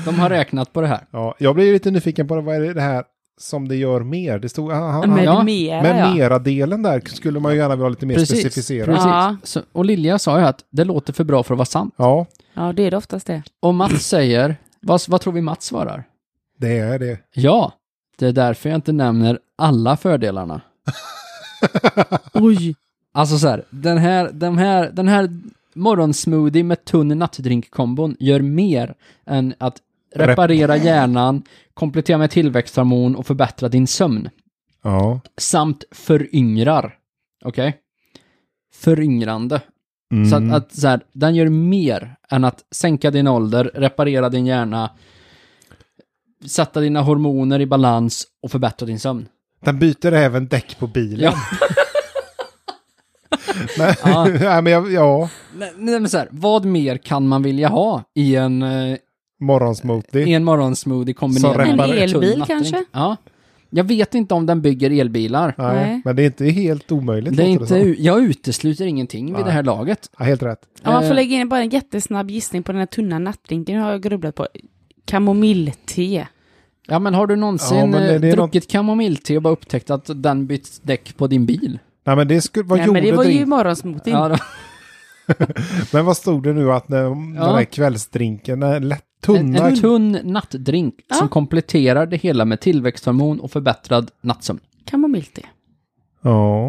de har räknat på det här. ja, jag blir ju lite nyfiken på det, vad är det här som det gör mer? Det stod, han, han, Med Ja. mera, men ja. mera-delen där skulle man ju gärna vilja ha lite mer Precis. specificerad. Precis. Ja. Så, och Lilja sa ju att det låter för bra för att vara sant. Ja, Ja, det är det oftast det. Och Mats säger, vad, vad tror vi Mats svarar? det är det. Ja, det är därför jag inte nämner alla fördelarna. Oj. Alltså så här, den här, den här, den här morgonsmoothie med tunn nattdrink-kombon gör mer än att reparera hjärnan, komplettera med tillväxthormon och förbättra din sömn. Ja. Samt föryngrar. Okej? Föryngrande. Mm. Så att, att så här, den gör mer än att sänka din ålder, reparera din hjärna, sätta dina hormoner i balans och förbättra din sömn. Den byter även däck på bilen. Ja. Men, Ja. nej, men jag, ja, Nej, nej, men så här, vad mer kan man vilja ha i en, eh, i morgonsmoothie. en morgonsmoothie kombinerad Som En reparerar- elbil tunn nattdrink? kanske? Ja. Jag vet inte om den bygger elbilar. Nej, Nej. Men det är inte helt omöjligt. Det är låter inte, som. u- jag utesluter ingenting vid Nej. det här laget. ja, helt rätt. Ja, man Eh. får lägga in bara en jättesnabb gissning på den här tunna nattdrinken. Nu har jag grubblat på. Kamomillte. Ja, men har du någonsin Ja, men det- eh, det är druckit kamomillte och bara upptäckt att den bytt däck på din bil? Nej, men det skulle, vad Nej, gjorde men det var ju drink- morgonsmoothien. Ja, Ja, då, Men vad stod det nu att när, den där kvällsdrinken, den här lätt en, tunna. en tunn nattdrink Ja. som kompletterar det hela med tillväxthormon och förbättrad nattsömn. Kamomillte. ja.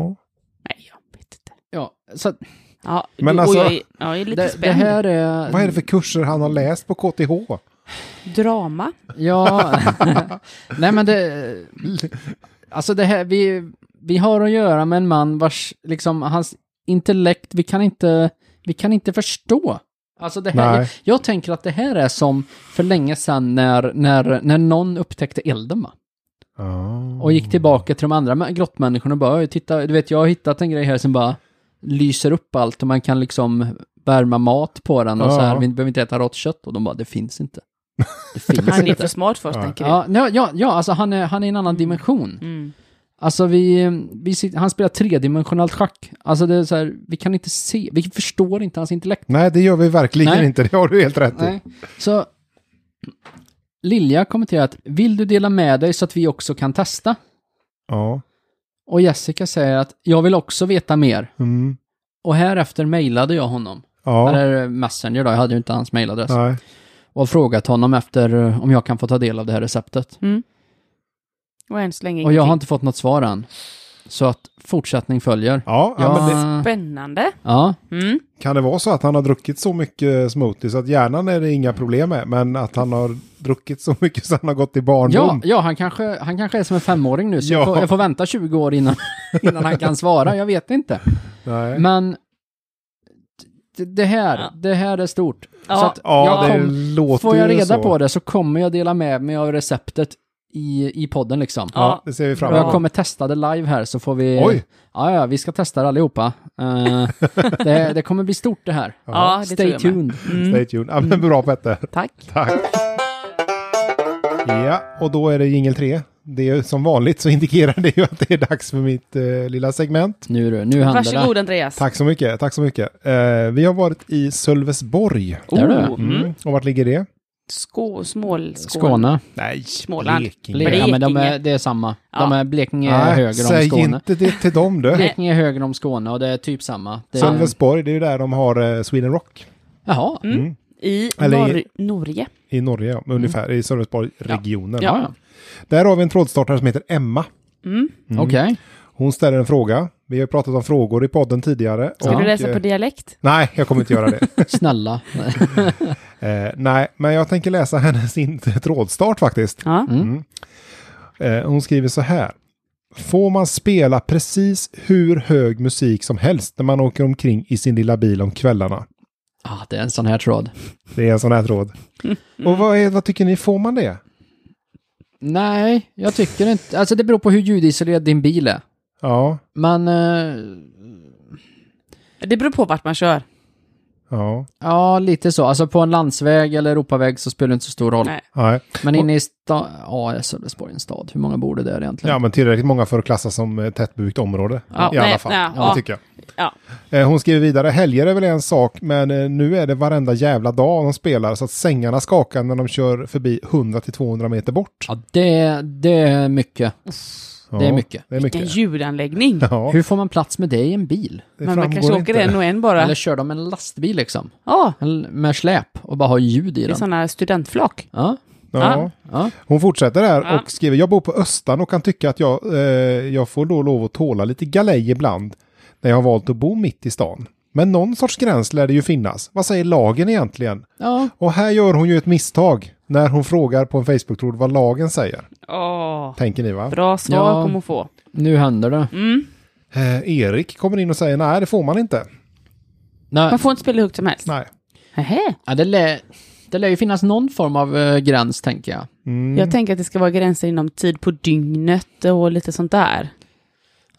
Nej, jag vet inte. Ja, så att Ja, Men du, alltså- och jag, är, ja, jag är lite det, det spänd. här är... Vad är det för kurser han har läst på KTH? Drama. Ja, nej men det... Alltså det här, vi, vi har att göra med en man vars, liksom, hans intellekt, vi kan inte, vi kan inte förstå. Alltså det här, jag, Nej. jag tänker att det här är som för länge sedan när, när, när någon upptäckte elden va? Ja. Och gick tillbaka till de andra mä- grottmänniskorna och bara, "Oj, titta, du vet jag har hittat en grej här som bara lyser upp allt och man kan liksom värma mat på den och Ja. så här, vi behöver inte äta rått kött och de bara, det finns inte. Det finns Han är inte. för smart för oss, Ja. tänker vi. Ja, ja, ja, ja alltså han är, han är i en annan dimension. Mm. Alltså vi, vi, sit- han spelar tredimensionellt schack. Alltså det är så här, vi kan inte se, vi förstår inte hans intellekt. Nej, det gör vi verkligen Nej. inte. Det har du helt rätt i. Så Lilja kommenterar att vill du dela med dig så att vi också kan testa? Ja. Och Jessica säger att jag vill också veta mer. Mm. Och härefter mejlade jag honom. Ja. Eller eh, Messenger då, jag hade ju inte hans mejladress. Nej. Och har frågat honom efter eh, om jag kan få ta del av det här receptet. Mm. Och än så länge Och jag har ingenting. inte fått något svar än. Så att fortsättning följer. Ja, ja. Jag- Men det, Spännande. ja, Mm. kan det vara så att han har druckit så mycket smoothie så att hjärnan är det inga problem med, men att han har druckit så mycket så han har gått i ja, barndom? ja han, kanske, han kanske är som en femåring nu, så Ja. jag, får, jag får vänta 20 år innan, innan han kan svara. Jag vet inte. Nej. Men d- det här, Ja. det här är stort. Ja. Så att ja, jag det kom, låter får jag ju reda så. på det så kommer jag dela med mig av receptet i, i podden liksom. Ja, det ser vi fram Och jag emot. kommer testa det live här så får vi... Oj. Ja, ja, vi ska testa det allihopa. Eh, det, det kommer bli stort det här. Ja, det tror Stay jag med. Mm. tuned. Stay tuned. Ja, Mm. men bra Petter. Tack. Tack. Ja, och då är det jingel 3. Det är ju som vanligt så indikerar det ju att det är dags för mitt eh, lilla segment. Nu du, nu händer det. Varsågod Andreas. Tack så mycket, tack så mycket. Eh, vi har varit i Sölvesborg. Där du. Oh, mm. Och vart ligger det? Skå, smål, skål. Skåne. Nej, Småland. Blekinge. Ja, men de är, det är samma. De är Blekinge är Nej, höger om säg Skåne. inte det till dem du. Blekinge är höger om Skåne och det är typ samma. Det är, Sölvesborg, det är ju där de har eh, Sweden Rock. jaha. Mm. I Eller- Nor- Norge. I Norge, ja, ungefär. I Sölvesborg-regionen. Mm. Ja, ja. Där har vi en trådstartare som heter Emma. Mm. Okej. Hon ställer en fråga. Vi har ju pratat om frågor i podden tidigare. Ska och, du läsa eh, på dialekt? Nej, jag kommer inte göra det. Snälla. Eh, nej, men jag tänker läsa hennes in- trådstart faktiskt. Ja. Eh, hon skriver så här. Får man spela precis hur hög musik som helst när man åker omkring i sin lilla bil om kvällarna? ah, det är en sån här tråd. Det är en sån här tråd. Och vad, är, vad tycker ni, får man det? Nej, jag tycker inte... Alltså det beror på hur ljudisolerad din bil är. Ja, Men... eh, Det beror på vart man kör. ja, ja, lite så. Alltså på en landsväg eller Europaväg så spelar det inte så stor roll. Nej. nej. Men inne i stan... Ja, är Sölvesborg en stad? Hur många bor det där egentligen? Ja, men tillräckligt många för att klassas som eh, tättbebyggt område. Ja, I nej, alla fall, nej, det ja. tycker jag. Ja. Eh, Hon skriver vidare, helger är väl en sak, men eh, nu är det varenda jävla dag de spelar så att sängarna skakar när de kör förbi 100-200 meter bort. Ja, det, det är mycket. Det är Ja, mycket. Det är En mycket. ljudanläggning. Ja, Hur får man plats med det i en bil? det Men man framgår kanske åker inte. en och en bara. Eller kör de en lastbil liksom? Ja, Eller Med släp och bara ha ljud i det är den? sådana studentflak. Ja, Ja. ja. Hon fortsätter här Ja. och skriver, jag bor på Östan och kan tycka att jag, eh, jag får då lov att tåla lite galej ibland när jag har valt att bo mitt i stan. Men någon sorts gräns lär det ju finnas. Vad säger lagen egentligen? Ja, Och här gör hon ju ett misstag när hon frågar på en Facebook-tråd vad lagen säger. Åh, Tänker ni va? bra svar Ja. kommer hon få. nu händer det. Mm. Eh, Erik kommer in och säger nej, det får man inte. Nej, Man får inte spela hur högt som helst. Nej. Nähä. ja, det, lär, det lär ju finnas någon form av eh, gräns, tänker jag. Jag tänker att det ska vara gränser inom tid på dygnet och lite sånt där.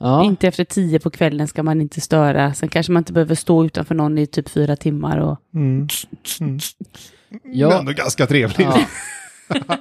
Ja. Inte efter tio på kvällen ska man inte störa. Sen kanske man inte behöver stå utanför någon i typ fyra timmar. Och... Men Jag, ändå ganska trevligt. ja. Ja.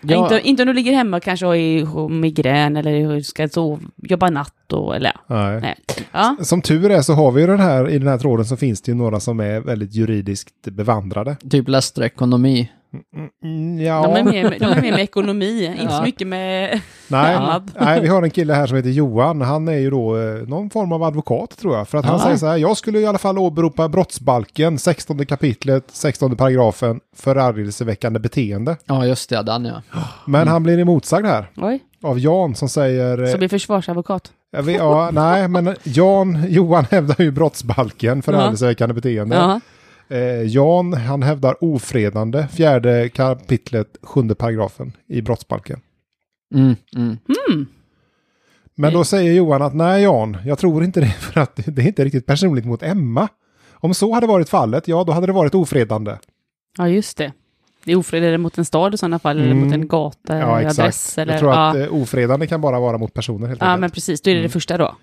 jag, Inte, inte om du ligger hemma och kanske har i- har migrän eller ska sova, jobba natt. Och, eller, ja. Nej. Nej. Ja. Som tur är så har vi ju den här, i den här tråden så finns det ju några som är väldigt juridiskt bevandrade. typ lästerekonomi. Mm, De, är ja, mer, de är mer med ekonomi, inte så Ja. mycket med... nej, Ja. nej, vi har en kille här som heter Johan. Han är ju då eh, någon form av advokat tror jag. För att han Ja. säger så här, jag skulle i alla fall åberopa brottsbalken, 16 kapitlet, 16 paragrafen, förargelseväckande beteende. Ja, just det, den ja. Men Mm. han blir emotsagd här Oj, av Jan som säger... eh, så blir försvarsadvokat. Jag vet, ja, nej, men Jan, Johan hävdar ju brottsbalken för Ja. förargelseväckande beteende. Ja. Eh, Jan, han hävdar ofredande, fjärde kapitlet, sjunde paragrafen i brottsbalken. Mm, mm. Men då säger Johan att nej Jan, jag tror inte det för att det är inte riktigt personligt mot Emma. Om så hade varit fallet, ja då hade det varit ofredande. Eh, ja, just det. Det är ofredande mot en stad i sådana fall, eller Mm. mot en gata eller Ja, exakt. adress. Eller, Jag tror att ja. eh, ofredande kan bara vara mot personer helt ja, enkelt. men precis. Då är det det första då.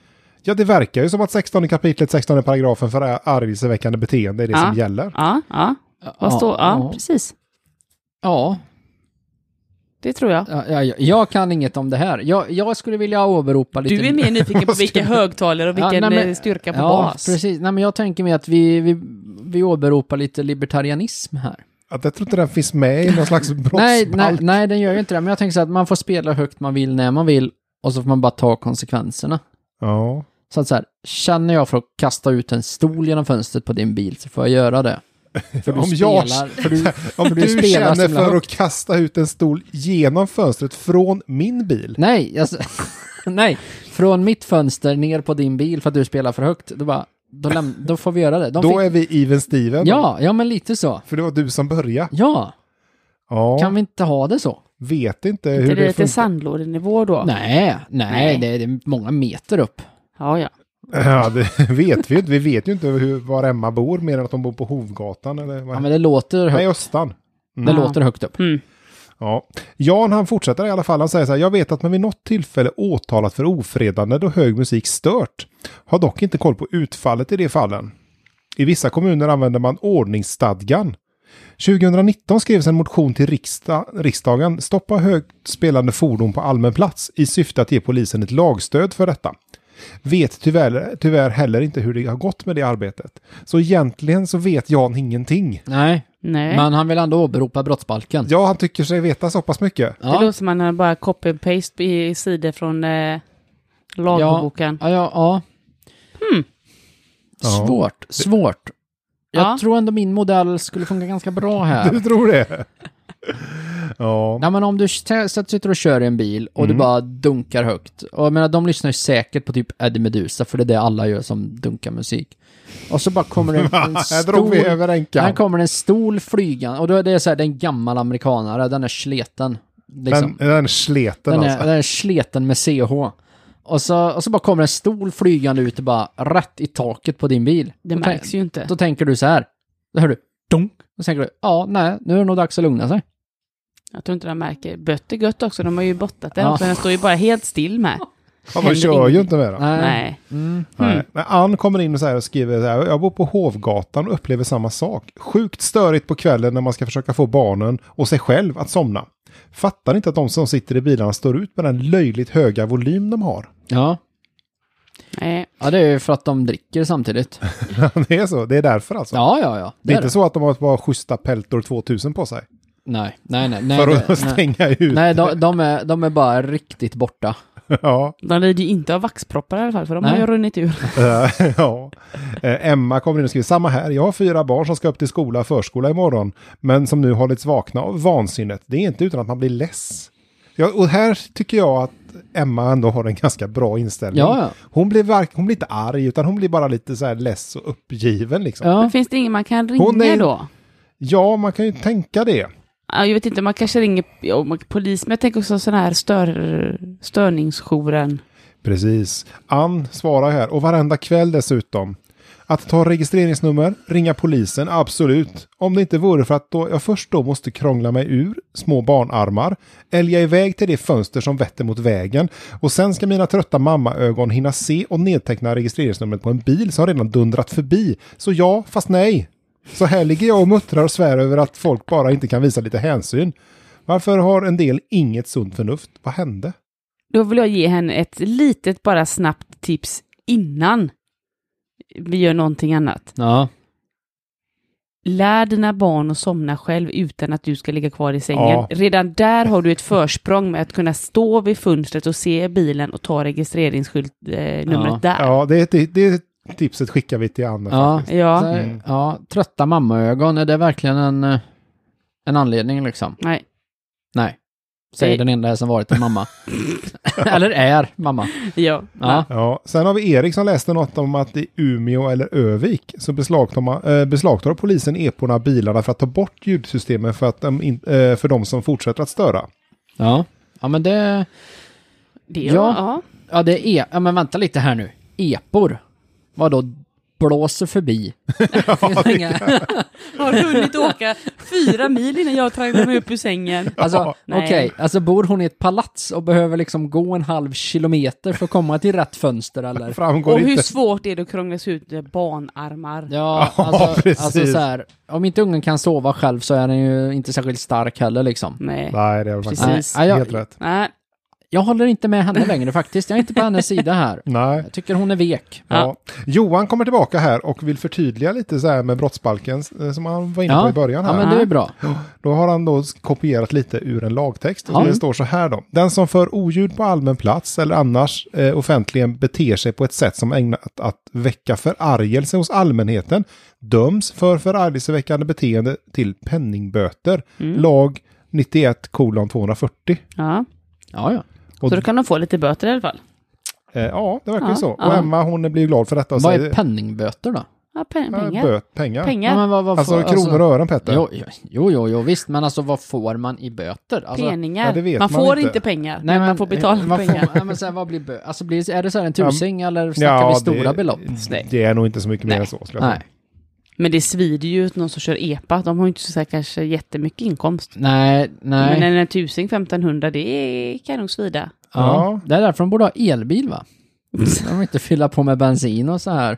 Ja, det verkar ju som att 16 kapitlet, 16 paragrafen för argelseväckande beteende är det Ja. som gäller. Ja, ja. Vad står... Ja, ja. precis. Ja, Det tror jag. ja, ja, ja, jag kan inget om det här. Jag, jag skulle vilja åberopa lite... Du är mer nyfiken på vilka högtalare och Ja, vilken nej, men- eh, styrka på ja, bas. precis. Nej, men jag tänker mig att vi, vi, vi åberopar lite libertarianism här. Att jag tror inte den finns med i någon slags brottsbalk. Nej, nej, nej, den gör ju inte det. Men jag tänker så att man får spela högt man vill när man vill. Och så får man bara ta konsekvenserna. Ja. Så att så här, känner jag för att kasta ut en stol genom fönstret på din bil så får jag göra det. För du Om jag- spelar... För du, Om För du, du spelar så känner himla för att högt. kasta ut en stol genom fönstret från min bil. nej, jag, nej, från mitt fönster ner på din bil för att du spelar för högt, då, bara, då, läm, då får vi göra det. De Då fick, är vi even Steven. ja, ja, men lite så. För det var du som började. Ja, Ja. kan vi inte ha det så? Vet inte Inte hur det det lite funkar. sandlådenivå då? Nej, nej, Nej. det är många meter upp. Ja, ja. Ja, det vet vi ju inte. Vi vet ju inte hur, var Emma bor mer än att de bor på Hovgatan eller vad? Ja, men det låter Nej, högt, Östan. det Ja. låter högt upp. Mm. Ja. Jan han fortsätter i alla fall. Han säger så här. Jag vet att man vid något tillfälle åtalat för ofredande då hög musik stört. Har dock inte koll på utfallet i de fallen. I vissa kommuner använder man ordningsstadgan. 2019 skrevs en motion till riksda- riksdagen Stoppa högt spelande fordon på allmän plats i syfte att ge polisen ett lagstöd för detta. Vet tyvärr, tyvärr heller inte hur det har gått med det arbetet. Så egentligen så vet Jan ingenting. Nej, Nej. men han vill ändå åberopa brottsbalken. Ja, han tycker sig veta så pass mycket. Det låter som att man bara copy-paste i i sidor från eh, lagboken. Ja, ja, ja. Ja. Svårt, svårt. Jag Ja. tror ändå min modell skulle funka ganska bra här. Du tror det? Ja. Nej, men om du s- sitter och kör i en bil och Mm. du bara dunkar högt. Och jag menar, de lyssnar ju säkert på typ Eddie Meduza, för det är det alla gör som dunkar musik. Och så bara kommer det en, en Här drog vi stor... över en Här kant. kommer en stol flygande. Och då är det så här, det är en gammal amerikanare, den är sleten. Liksom. Den, den sleten Den är, alltså. den är sleten med CH. Och så, och så bara kommer en stol flygande ut och bara rätt i taket på din bil. Det Då tän- märks ju inte. Då tänker du så här. Då hör du dunk. Då tänker du, ja, nej, nu är det nog dags att lugna sig. Jag tror inte de märker. Bötter gött också, de har ju bottat den Ja. också. Den står ju bara helt still med. Ja, man händer kör ju ingenting. inte med den. Nej. Mm. Nej. Men Ann kommer in och, så här och skriver så här. Jag bor på Hovgatan och upplever samma sak. Sjukt störigt på kvällen när man ska försöka få barnen och sig själv att somna. Fattar inte att de som sitter i bilarna står ut med den löjligt höga volym de har. Ja. Nej. ja, det är ju för att de dricker samtidigt. det är så. Det är därför alltså. Ja, ja, ja. det är inte så att de har ett par schyssta Peltor 2000 på sig. Nej, nej, nej. nej, för det- att nej. stänga ut. nej de, de, är, de är bara riktigt borta. Ja. De lider ju inte av vaxproppar i alla fall, för de Nej. har ju runnit ur. Eh, ja. Eh, Emma kommer in och skriver samma här. Jag har fyra barn som ska upp till skola och förskola imorgon. Men som nu hållits vakna av vansinnet. Det är inte utan att man blir less. Ja, och här tycker jag att Emma ändå har en ganska bra inställning. Ja, ja. Hon, blir verk- hon blir inte arg utan hon blir bara lite så här less och uppgiven. Liksom. Ja. Ja. Men finns det ingen man kan ringa Hon är- då? man kan ju tänka det. Ja, Jag vet inte, man kanske ringer ja, man- polis, men jag tänker också sån här stör, störningsjouren. Precis. Ann svarar här, och varenda kväll dessutom. Att ta registreringsnummer, ringa polisen, absolut. Om det inte vore för att då jag först då måste krångla mig ur små barnarmar, älga iväg till det fönster som vetter mot vägen och sen ska mina trötta mammaögon hinna se och nedteckna registreringsnumret på en bil som redan dundrat förbi. Så ja, fast nej. Så här ligger jag och muttrar och svär över att folk bara inte kan visa lite hänsyn. Varför har en del inget sunt förnuft? Vad hände? Då vill jag ge henne ett litet, bara snabbt tips innan vi gör någonting annat. Ja, Lär dina barn att somna själv utan att du ska ligga kvar i sängen. Ja. Redan där har du ett försprång med att kunna stå vid fönstret och se bilen och ta registreringsskyltnumret eh, numret där. Ja, det, det, det tipset skickar vi till Anne. Ja. faktiskt. Ja. Så, Mm. ja trötta mammaögon, är det verkligen en, eh, en anledning liksom? Nej. Nej. Säger Nej. den enda som varit en mamma. Eller är mamma. Ja. Ja. Ja, sen har vi Erik som läste något om att i Umeå eller Övik så beslagtar, man, eh, beslagtar polisen eporna av bilarna för att ta bort ljudsystemen för, att de, in, eh, för de som fortsätter att störa. Ja. Ja, men det... Det, Ja. ja. Ja, det är... Ja, men vänta lite här nu. Epor. Vadå? Blåser förbi. Inga- Har hunnit åka fyra mil innan jag tragglade mig upp ur sängen. alltså, Nej. okej. Alltså, bor hon i ett palats och behöver liksom gå en halv kilometer för att komma till rätt fönster eller? Framgår Och hur inte. svårt är det att krångla sig ut med barnarmar? Ja, Ja, alltså, precis. alltså så här, om inte ungen kan sova själv så är den ju inte särskilt stark heller liksom. Nej. Nej, det är väl Precis. faktiskt Nej, jag, helt rätt. Nej. Jag håller inte med henne längre faktiskt. Jag är inte på hennes sida här. Nej. Jag tycker hon är vek. Ja. Johan kommer tillbaka här och vill förtydliga lite så här med brottsbalken eh, som han var inne på i början. Här. ja men det är bra. Då har han då kopierat lite ur en lagtext. Och Ja. Det står så här då. Den som för oljud på allmän plats eller annars eh, offentligen beter sig på ett sätt som är ägnat att väcka förargelse hos allmänheten döms för förargelseväckande beteende till penningböter. Mm. Lag 91 kolon 240. Ja. Ja, ja. Och, Så då kan de få lite böter i alla fall. eh, ja, det verkar ju Ja, så. ja. Och Emma hon blir ju glad för detta. Och Vad är säger, penningböter då? Ja, pe- eh, pengar. böt- pengar. Pengar. Ja, men vad, vad Alltså får- kronor och ören Petter. Jo, jo, jo, jo, jo, visst, men alltså vad får man i böter? Alltså, Peningar. ja, det vet man, man får inte. inte, pengar, men, man får betala vad eh, får- pengar. nej, men så här, vad blir bö- alltså, blir, är det så här en tusing eller snackar vi stora det, Mm. belopp? Det är nog inte så mycket mer Nej. än så. skulle jag säga. Nej. Men det svider ju åt någon som kör EPA. De har ju inte så här, kanske jättemycket inkomst. Nej, nej. Men en tusing, 1500, det är- kan nog svida. ja. Ja. Det är därför de borde ha elbil va? Så de inte fylla på med bensin och så här.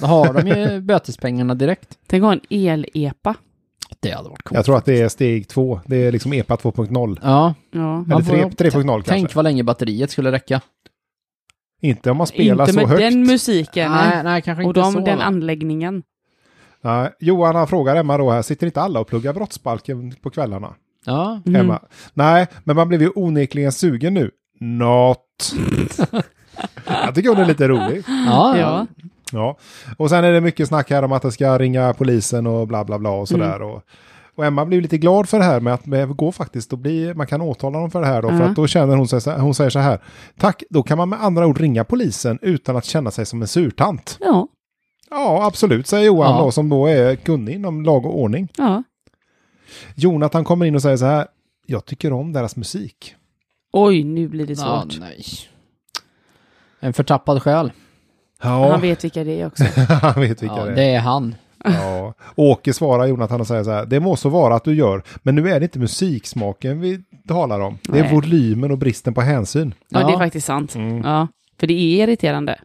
Då har de ju bötespengarna direkt. Tänk att ha en el-EPA. Det hade varit coolt. Jag tror att det är steg två. Det är liksom EPA 2.0. Ja, Ja. Man Eller får- tre- 3.0 kanske. tänk vad länge batteriet skulle räcka. Inte om man spelar Inte så med högt. den musiken. Nej, nej, kanske och inte de, så. den va? anläggningen. Nej, Johan han frågar Emma då här, sitter inte alla och pluggar brottsbalken på kvällarna? Ja, Mm. Emma. Nej, men man blev ju onekligen sugen nu. Not. jag tycker hon är lite rolig. ja, ja. Ja. Ja. Och sen är det mycket snack här om att det ska ringa polisen och bla bla bla och sådär. Och, och Emma blev lite glad för det här med att det går faktiskt att bli, man kan åtala dem för det här då. För Ja. att då känner hon sig, så- hon säger så här, tack, då kan man med andra ord ringa polisen utan att känna sig som en surtant. Ja, Ja, absolut, säger Johan Ja. då, som då är kunnig inom lag och ordning. ja. Jonathan kommer in och säger så här, jag tycker om deras musik. Oj, nu blir det Ja, svårt. nej. En förtappad själ. Ja, Han vet vilka det är också. han vet vilka Ja, det är. det är han. Ja. Åke svarar Jonathan och säger så här, det må så vara att du gör, men nu är det inte musiksmaken vi talar om. Det är Nej. volymen och bristen på hänsyn. Ja, Ja. det är faktiskt sant. Ja, för det är irriterande.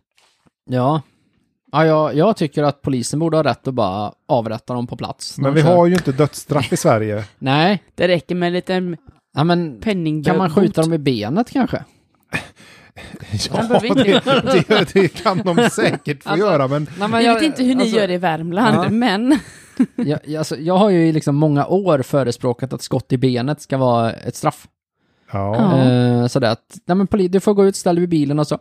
Ja. Ja, jag, jag tycker att polisen borde ha rätt att bara avrätta dem på plats. när Men de vi kör. har ju inte dödsstraff i Sverige. Nej, Det räcker med en liten ja, men penningbot. kan man skjuta dem i benet kanske? Ja, behöver det, inte det, det kan de säkert få göra, men Nej, men Jag vet inte hur ni alltså- gör det i Värmland, Ja. men Jag, jag, alltså, jag har ju i liksom många år förespråkat att skott i benet ska vara ett straff. ja. Ja. Eh, sådär att, nej men poli- du får gå ut, ställ dig vid bilen och så.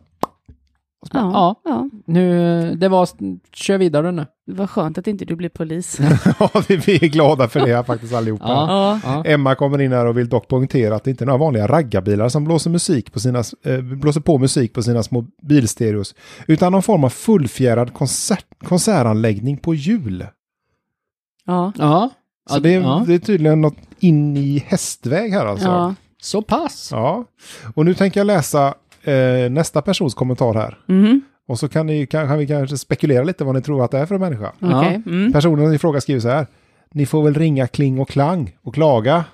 ja, Ja. ja. Nu, det var, kör vidare nu. Det var skönt att inte du blev polis. ja, vi vi är glada för det här faktiskt allihopa. Ja. Ja. Ja. Emma kommer in här och vill dock poängtera att det inte är några vanliga raggarbilar som blåser, musik på sina, eh, blåser på musik på sina små bilstereos, utan någon form av fullfjädrad konsert, konsertanläggning på hjul. Ja. Ja. Så det är, ja. det är tydligen något in i hästväg här alltså. Ja. ja. Så pass. Och nu tänker jag läsa eh, nästa persons kommentar här. Mhm. Och så kan, ni, kan, kan vi kanske spekulera lite vad ni tror att det är för en människa. Okej. Mm. Personen i fråga skriver så här. Ni får väl ringa kling och klang och klaga.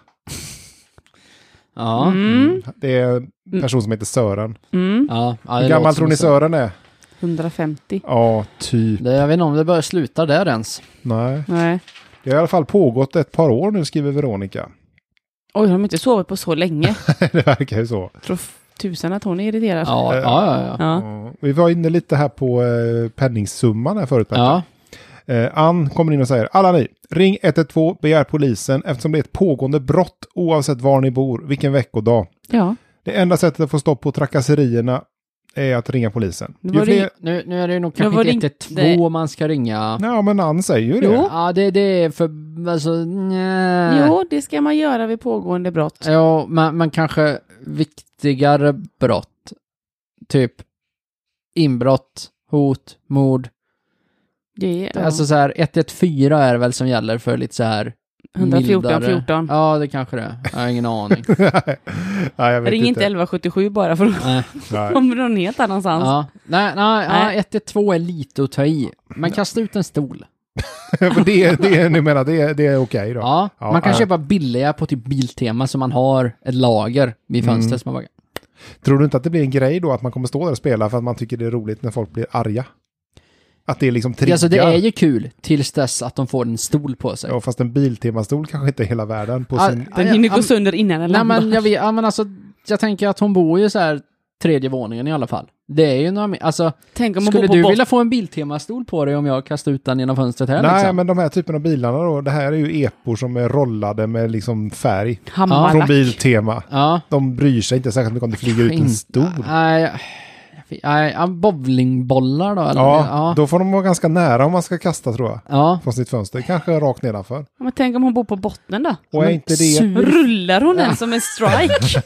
Ja. Mm. Det är en person som heter Sören. Mm. Ja, ja, det Hur låter gammal som tror ni en- Sören är? 150. Ja, typ. Det, jag vet inte om det börjar sluta där ens. Nej. Nej. Det har i alla fall pågått ett par år nu, skriver Veronica. Oj, de har inte sovit på så länge. det verkar ju så. Jag tror f- tusan att hon är irriterad. Eh, Ja, ja, ja. ja. Ja. Ja. Vi var inne lite här på eh, penningsumman här förut. Petter. ja. Eh, Ann kommer in och säger, alla ni, ring 112, begär polisen eftersom det är ett pågående brott oavsett var ni bor, vilken veckodag. ja. Det enda sättet att få stopp på trakasserierna är att ringa polisen. Nu Ju var det- fler- Nu, nu är det nog Nu var kanske det inte inte- två man ska ringa. Ja, men Ann säger ju det. Jo. Ja, det, det är för... Alltså, nja. Jo, det ska man göra vid pågående brott. Ja, men, men kanske viktigare brott. Typ inbrott, hot, mord. Det är ja. Alltså så här, 114 är väl som gäller för lite så här 114 mildare. 14. Ja, det kanske det är. Jag har ingen aning. Nej, jag vet Ring inte inte. 1177 bara för då Nej. Nej. kommer någon helt annanstans. Ja. Nej, nej, Alltså. Nej. nej. 112 är lite att ta i. Men kasta ut en stol. För det, det, ni menar, det, är- det är okej då? Ja, Ja, man kan ja. köpa billiga på typ Biltema så man har ett lager vid Mm. fönstret som man bara... Tror du inte att det blir en grej då att man kommer stå där och spela för att man tycker det är roligt när folk blir arga? Att det är liksom triggar? Alltså det är ju kul tills dess att de får en stol på sig. Ja, fast en biltemastol kanske inte är hela världen på Ah, sin... ah, Den hinner ja, gå sönder innan den Nej landar. men jag vet, ja, men alltså jag tänker att hon bor ju så här tredje våningen i alla fall. Det är ju några mer, alltså, Tänk om man bor skulle på du botten. vilja få en Biltemastol på dig om jag kastar ut den genom fönstret här Nej, liksom? men de här typen av bilarna då. Det här är ju epor som är rollade med liksom färg. Från Hammarack. Biltema. Ja. De bryr sig inte särskilt mycket om det flyger ut en Inte- stor. Nej, jag- nej, ja, bowlingbollar då? Eller? Ja, ja. då får de vara ganska nära om man ska kasta tror jag. ja. Från sitt fönster, kanske rakt nedanför. Ja, Men tänk om hon bor på botten då? Och är, inte det, Sur. Rullar hon den som en strike?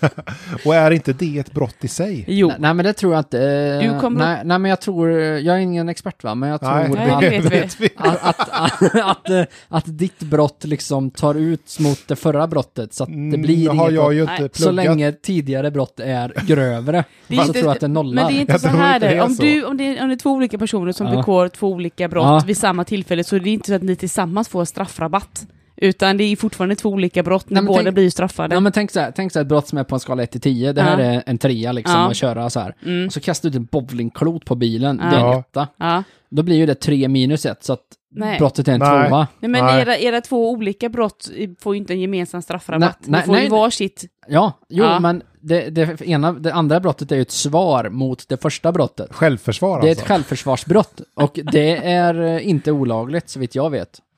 och är inte det ett brott i sig? Jo, Nej, Nej men det tror jag inte. eh, Du kommer- nej, nej men jag tror, jag är ingen expert va, men jag tror Nej, Nej, att, det vet vi. att, att, att, att, eh, att ditt brott liksom tar ut mot det förra brottet så att det blir Mm, har inget jag brott. ju Nej. inte Så pluggat. länge tidigare brott är grövre Det är så inte- tror jag att det nollar. men det är inte Jag så tror här inte det. det är. är Om, så. du, om, det är, om det är två olika personer som Ja. begår två olika brott Ja. vid samma tillfälle så är det inte så att ni tillsammans får straffrabatt. Utan det är fortfarande två olika brott när Nej, men båda tänk- blir straffade. Ja, men tänk så här, tänk så här ett brott som är på en skala 1 till 10. Det här Ja. är en trea liksom, Ja. att köra så här. Mm. Och så kastar du ut en bowlingklot på bilen, det är en Ja. etta. Ja. Då blir ju det 3 minus 1, så att Nej. brottet är en Nej. tvåa. Nej, men Nej. Era, era två olika brott får ju inte en gemensam straffrabatt. Nej, nej, Ni får ju nej. varsitt. Ja, jo, Ja. men det, det, ena, det andra brottet är ju ett svar mot det första brottet. Självförsvar Det är alltså? ett självförsvarsbrott och det är eh, inte olagligt så vitt jag vet.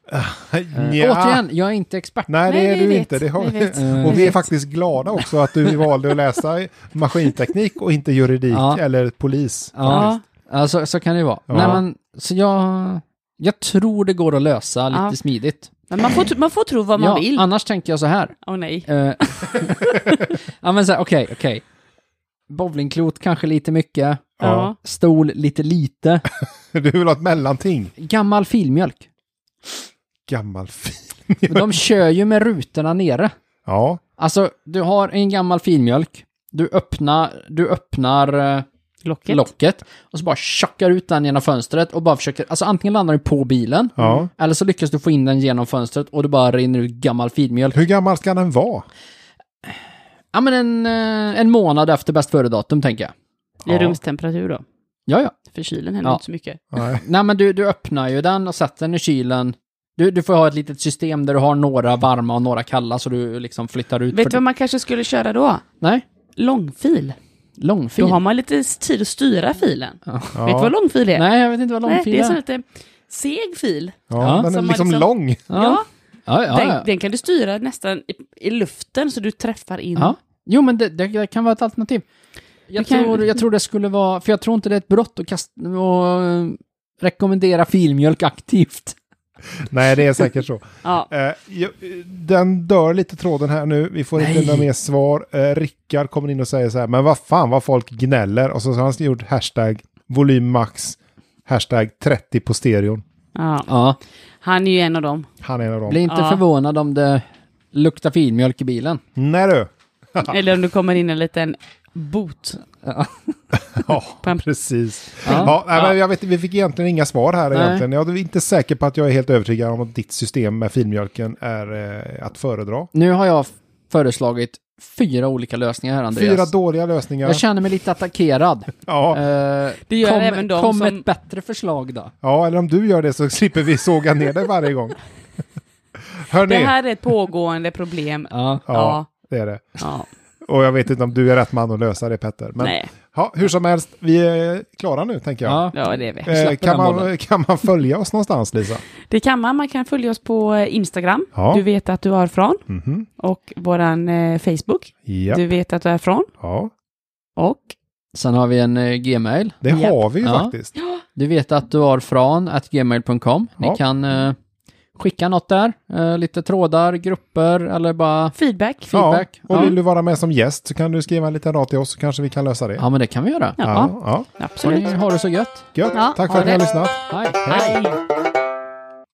Eh, Nja. Återigen, jag är inte expert. Nej, Nej, det är vi du vet. inte. Det har Vi vi. vet. Eh, Och Vi vi är vet. faktiskt glada också att du valde att läsa maskinteknik och inte juridik Ja. eller polis. Ja, ja. Så, så kan det ju vara. Ja. Nej, men, så jag, jag tror det går att lösa lite Ja. smidigt. Men man får, tro- man får tro vad man ja, vill. Åh Annars tänker jag så här. nej. Eh, ja, men så här, okej, okej. Bowlingklot kanske lite mycket. Ja. Stol lite lite. Du vill ha ett mellanting. Gammal filmjölk. Gammal fin. De kör ju med rutorna nere. Ja, Alltså, du har en gammal filmjölk. Du öppnar, du öppnar eh, Locket. locket och så bara tjockar ut den genom fönstret och bara försöker, alltså antingen landar den på bilen ja. eller så lyckas du få in den genom fönstret och det bara rinner ut gammal filmjölk. Hur gammal ska den vara? Ja men en, eh, en månad efter bäst före-datum tänker jag. I Ja. rumstemperatur då. Ja, ja. För kylen händer Ja. inte så mycket. Nej. Nej men du, du öppnar ju den och sätter den i kylen. Du, du får ha ett litet system där du har några varma och några kalla så du liksom flyttar ut. Vet för- du vad man kanske skulle köra då? Nej, Långfil. långfil. Då har man lite tid att styra filen. Ja. Vet du vad långfil är? Nej, jag vet inte vad Nej, långfil det är sån är. lite seg fil. Ja, Ja. den är Som man liksom, liksom- lång. Ja, ja, ja, den, ja. den kan du styra nästan i, i luften så du träffar in. Ja. Jo, men det, det kan vara ett alternativ. Jag, Vi kan- tror, jag tror det skulle vara, för jag tror inte det är ett brott att kasta, och, eh, rekommendera filmjölk aktivt. Nej, det är säkert så. Ja. Eh, jag- eh, den dör lite tråden här nu. Vi får Nej. inte några mer svar. Eh, Rickard kommer in och säger så här, men vad fan vad folk gnäller. Och så har han gjort hashtag volymmax, hashtag 30 på stereon. Ja. Ja. Han är ju en av dem. Han är en av dem. Bli inte Ja. förvånad om det luktar filmjölk i bilen. Nej du! Eller om du kommer in en liten bot. Ja, På en- precis. Ja. Ja. nej, men jag vet, vi fick egentligen inga svar här Nej. egentligen. Jag är inte säker på att jag är helt övertygad om att ditt system med filmjölken är eh, att föredra. Nu har jag föreslagit fyra olika lösningar här, Andreas. Fyra dåliga lösningar. jag känner mig lite attackerad. ja. Eh, Det gör kom även de kom som- ett bättre förslag då. ja, eller om du gör det så slipper vi såga ner dig varje gång. Hörni, Det här är ett pågående problem. Ja. Ja. Ja, det är det. Ja. Och jag vet inte om du är rätt man att lösa det Petter. Men Nej, ja, hur som helst, vi är klara nu tänker jag. Ja. ja det är vi. Eh, släpper kan, den bollen. man, kan man följa oss någonstans Lisa? Det kan man. Man kan följa oss på eh, Instagram. Ja. Du vet att du är från. Mhm. Och våran eh, Facebook. Ja. Du vet att du är från. ja, Och Sen har vi en eh, gmail. det Japp. har vi ju Ja. faktiskt. Du vet att du har från att gmail.com. Ni Ja. kan eh, skicka något där, eh, lite trådar, grupper eller bara feedback. feedback. Ja. Ja, Och ja. vill du vara med som gäst så kan du skriva en liten rad till oss så kanske vi kan lösa det. men det kan vi göra. Ja, ja. absolut. Hörni, ha det så gött. Gött. Ja, Tack ha för att ni har det. lyssnat. Hej. Hej.